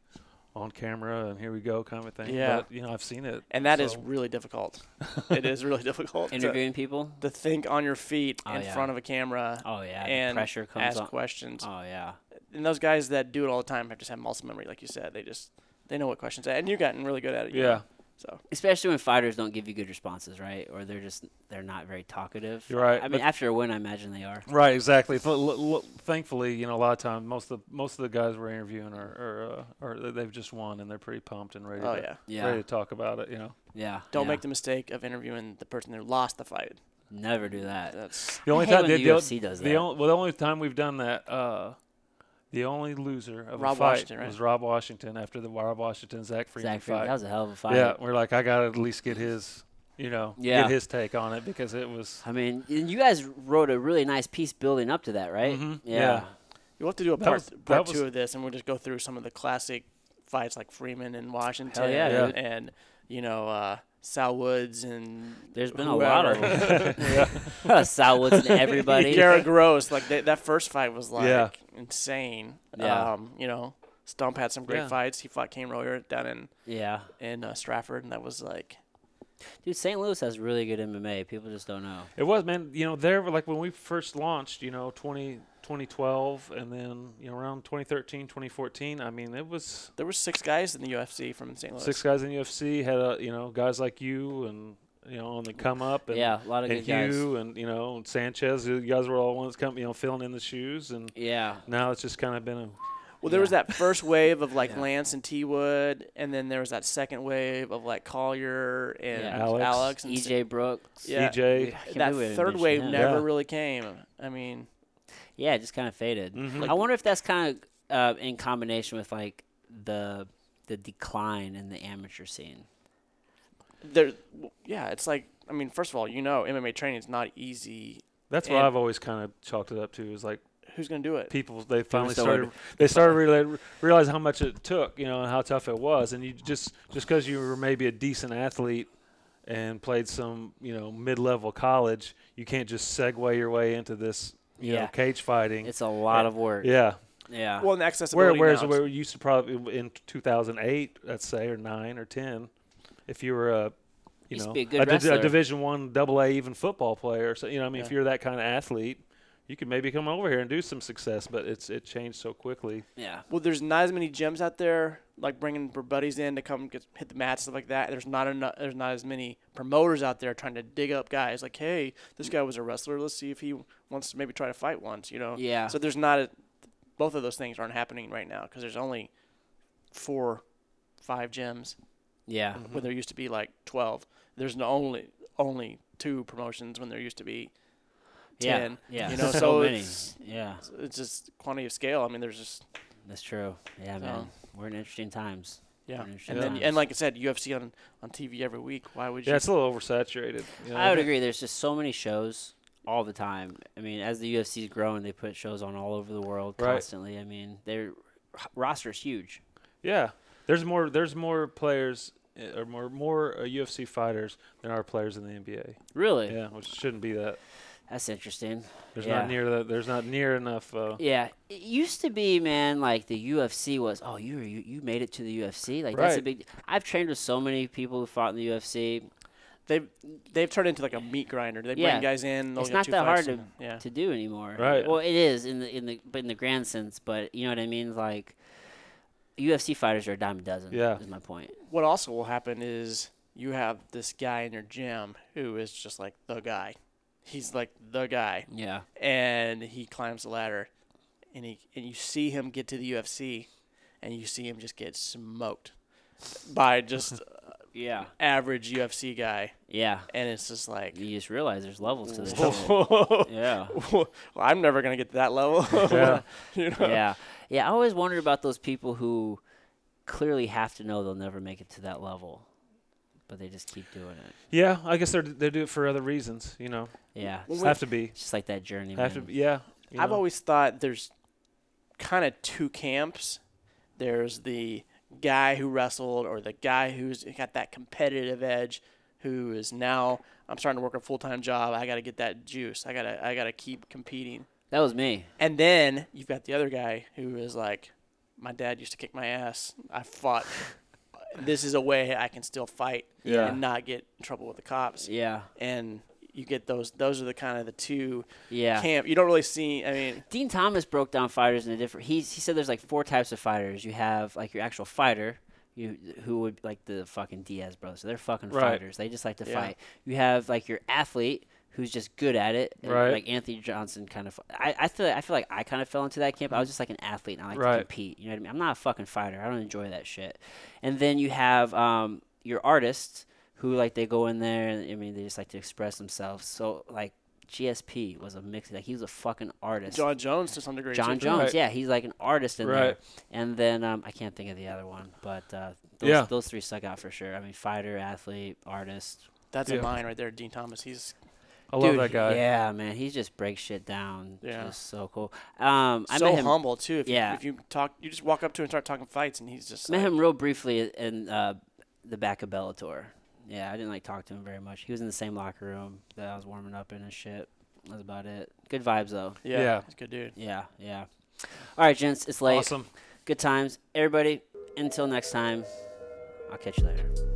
C: on camera, and here we go, kind of thing.
B: Yeah.
C: but, you know, I've seen it.
B: and that is
C: So-
B: really difficult. it is really difficult to,
A: Interviewing people.
B: to think on your feet
A: Oh,
B: in
A: yeah.
B: front of a camera
A: Oh yeah,
B: and
A: the pressure comes
B: ask
A: on.
B: questions.
A: Oh yeah,
B: And those guys that do it all the time have just have muscle memory, like you said. They just they know what questions. And you've gotten really good at it. you know.
C: Yeah,
B: So
A: especially when fighters don't give you good responses, right? Or they're just they're not very talkative.
C: You're right,
A: I mean,
C: but-
A: after a win, I imagine they are.
C: right, exactly. Th- l- l- thankfully, you know, a lot of times, most of the, most of the guys we're interviewing are are, uh, are they've just won and they're pretty pumped and ready.
B: oh
C: to,
B: yeah.
A: Yeah,
C: ready to talk about it. You know,
A: yeah.
B: Don't
A: yeah.
B: make the mistake of interviewing the person who lost the fight.
A: Never do that.
B: That's
C: the
A: I
C: only
A: hate
C: time
A: when
C: the,
A: the
C: the o-
A: UFC does
C: the
A: that.
C: on- well, the only time we've done that. Uh, the only loser of
B: Rob
C: a fight
B: Washington, right?
C: was Rob Washington after the Rob Washington Zach Freeman
A: Zach Freeman,
C: fight.
A: that was a hell of a fight.
C: Yeah, we're like, I gotta at least get his, you know,
A: Yeah.
C: get his take on it because it was.
A: I mean, and you guys wrote a really nice piece building up to that, right?
C: Mhm,
A: Yeah.
B: you'll have to do a
C: That
B: part,
C: was- that
B: part
C: was-
B: two of this, and we'll just go through some of the classic fights like Freeman and Washington,
A: Hell yeah,
C: Yeah.
B: and, and, you know uh, Sal Woods and
A: There's been a lot of
B: whoever.
A: them. Sal Woods and everybody.
B: Garrett Gross. Like that that first fight was like
C: Yeah.
B: insane.
A: Yeah.
B: Um, you know, Stump had some great
C: Yeah.
B: fights. He fought Kane Royer down in
A: Yeah.
B: in uh, Stratford, and that was like
A: Dude, St. Louis has really good MMA. People just don't know.
C: It was, man. You know, there were like when we first launched, you know, 20, 2012, and then you know around 2013, 2014. I mean, it was
B: there were six guys in the UFC from St. Louis.
C: six guys in UFC had a, you know, guys like you and you know on the come up and
A: yeah, a lot of
C: and
A: good guys.
C: Hugh and you know and Sanchez. You guys were all ones coming, you know, filling in the shoes, and
A: Yeah.
C: now it's just kind of been a
B: Well, there was
A: Yeah.
B: that first wave of like
A: Yeah.
B: Lance and T Wood, and then there was that second wave of like Collier and
A: Yeah. E
B: Alex.
C: Alex.
B: and Sa-
A: EJ Brooks.
B: Yeah.
C: DJ.
A: I can't
B: That
A: believe we haven't
B: third
A: mentioned
B: wave
A: him.
B: never
C: Yeah.
B: really came. I mean,
A: Yeah, it just kind of faded.
C: Mhm.
B: Mm-hmm.
A: I wonder if that's kind of uh, in combination with like the the decline in the amateur scene.
B: there, w- yeah, it's like I mean, first of all, you know, MMA training is not easy.
C: That's what
B: and-
C: I've always kind of chalked it up to is like.
B: Who's gonna do it?
C: people they finally
A: still
C: started they started really realize how much it took you know and how tough it was and you just just because you were maybe a decent athlete and played some you know mid-level college you can't just segue your way into this you
A: Yeah.
C: know cage fighting
A: It's a lot of work. Yeah.
C: yeah
B: Well, and
C: where
B: accessibility.
C: whereas
B: now,
C: where you used to probably in 2008 let's say or 9 or 10 if you were a you
A: Used to
C: know
A: be a good
C: a, div- a
A: wrestler.
C: division 1 double A even football player so you know I mean if
B: Yeah.
C: you're that kind of athlete you could maybe come over here and do some success but it's it changed so quickly
A: yeah.
B: well, there's not as many gyms out there like bringing their buddies in to come get, hit the mat stuff like that. There's not enough. There's not as many promoters out there trying to dig up guys like, hey, this guy was a wrestler. Let's see if he wants to maybe try to fight once. You know.
A: Yeah.
B: So there's not a, both of those things aren't happening right now because there's only four, five gyms
A: Yeah.
C: Mm-hmm.
B: when there used to be like twelve. There's no only only two promotions when there used to be
A: Yeah.
B: ten.
A: yeah.
B: You know,
A: so,
B: so
A: many.
B: it's-
A: Yeah,
B: It's just quantity of scale. I mean, there's just
A: that's true. Yeah,
B: So-
A: man. We're in interesting times.
B: yeah.
A: Interesting
B: And then
A: times.
B: and like I said, UFC on on TV every week. Why would you?
C: Yeah, it's a little oversaturated. you know.
A: I would agree. There's just so many shows all the time. I mean, as the UFC's growing, they put shows on all over the world
C: Right.
A: constantly. I mean, their h- roster's huge.
C: Yeah, there's more. There's more players uh, or more more uh, UFC fighters than are players in the NBA.
A: Really?
C: Yeah, which shouldn't be that.
A: That's interesting.
C: There's
A: Yeah.
C: not near the, There's not near enough. Uh,
A: Yeah, it used to be, man. Like the UFC was. Oh, you were, you, you made it to the UFC. Like that's a
C: Right.
A: big. I've trained with so many people who fought in the UFC
B: They've they've turned into like a meat grinder. They bring
A: Yeah.
B: guys in. they'll
A: It's
B: get
A: not
B: two
A: that
B: fights
A: hard
B: and- yeah.
A: to do anymore.
C: Right.
A: Well, it is in the in the but in the grand sense. But you know what I mean. Like UFC fighters are a dime a dozen.
C: Yeah.
A: Is my point.
B: What also will happen is you have this guy in your gym who is just like the guy. He's like the guy,
A: Yeah.
B: and he climbs the ladder, and he and you see him get to the UFC, and you see him just get smoked by just
A: Yeah.
B: average UFC guy,
A: Yeah.
B: and it's just like.
A: You just realize there's levels to this. shit.
B: Whoa.
A: yeah.
B: well, I'm never gonna get to that level.
C: Yeah.
B: you know?
A: Yeah. Yeah. I always wonder about those people who clearly have to know they'll never make it to that level, but they just keep doing it.
C: yeah, I guess they're they do it for other reasons. You know,
A: Yeah.
B: Well,
A: It's
B: we-
C: have to be.
A: it's just like that journey.
C: Have to.
A: man.
C: Be, yeah. you
B: I've
C: know.
B: always thought there's kind of two camps. There's the guy who wrestled, or the guy who's got that competitive edge, who is now I'm starting to work a full time job. I got to get that juice. I gotta I gotta keep competing.
A: That was me.
B: And then you've got the other guy who is like, my dad used to kick my ass. I fought. this is a way I can still fight
C: Yeah.
B: and not get in trouble with the cops.
A: Yeah.
B: and you get those those are the kind of the two
A: Yeah.
B: camp you don't really see i mean
A: Dean Thomas broke down fighters in a different. He's, he said there's like four types of fighters. You have like your actual fighter, you who would like the fucking Diaz brothers. So they're fucking
C: Right.
A: fighters. They just like to
B: Yeah.
A: fight. You have like your athlete who's just good at it. and,
C: Right.
A: Like Anthony Johnson kind of. I, I feel I feel like I kind of fell into that camp. I was just like an athlete and I like
C: Right.
A: to compete. You know what I mean? I'm not a fucking fighter. I don't enjoy that shit. And then you have um your artists who like they go in there and I mean they just like to express themselves. So like. GSP was a mix. Like he was a fucking artist.
B: john jones to some degree
A: John
B: too.
A: Jones,
C: Right.
A: yeah, he's like an artist in there.
C: Right.
A: And then um, I can't think of the other one, but uh, those,
C: Yeah.
A: those three stuck out for sure. I mean, fighter, athlete, artist.
B: that's
C: Yeah.
B: a mine right there dean thomas he's
C: I love
A: Dude,
C: that guy.
A: Yeah, man, he just breaks shit down.
B: Yeah.
A: just so cool. Um, I
B: so
A: met him,
B: humble too if,
A: Yeah.
B: you, if you talk you just walk up to him and start talking fights and he's just
A: met
B: like,
A: him real briefly in uh, the back of Bellator. Yeah, I didn't like talk to him very much. He was in the same locker room that I was warming up in and shit. That's about it. Good vibes though.
B: yeah,
C: Yeah.
B: he's a good dude
A: Yeah, yeah. All right, gents, it's late.
C: Awesome.
A: Good times, everybody. Until next time, I'll catch you later.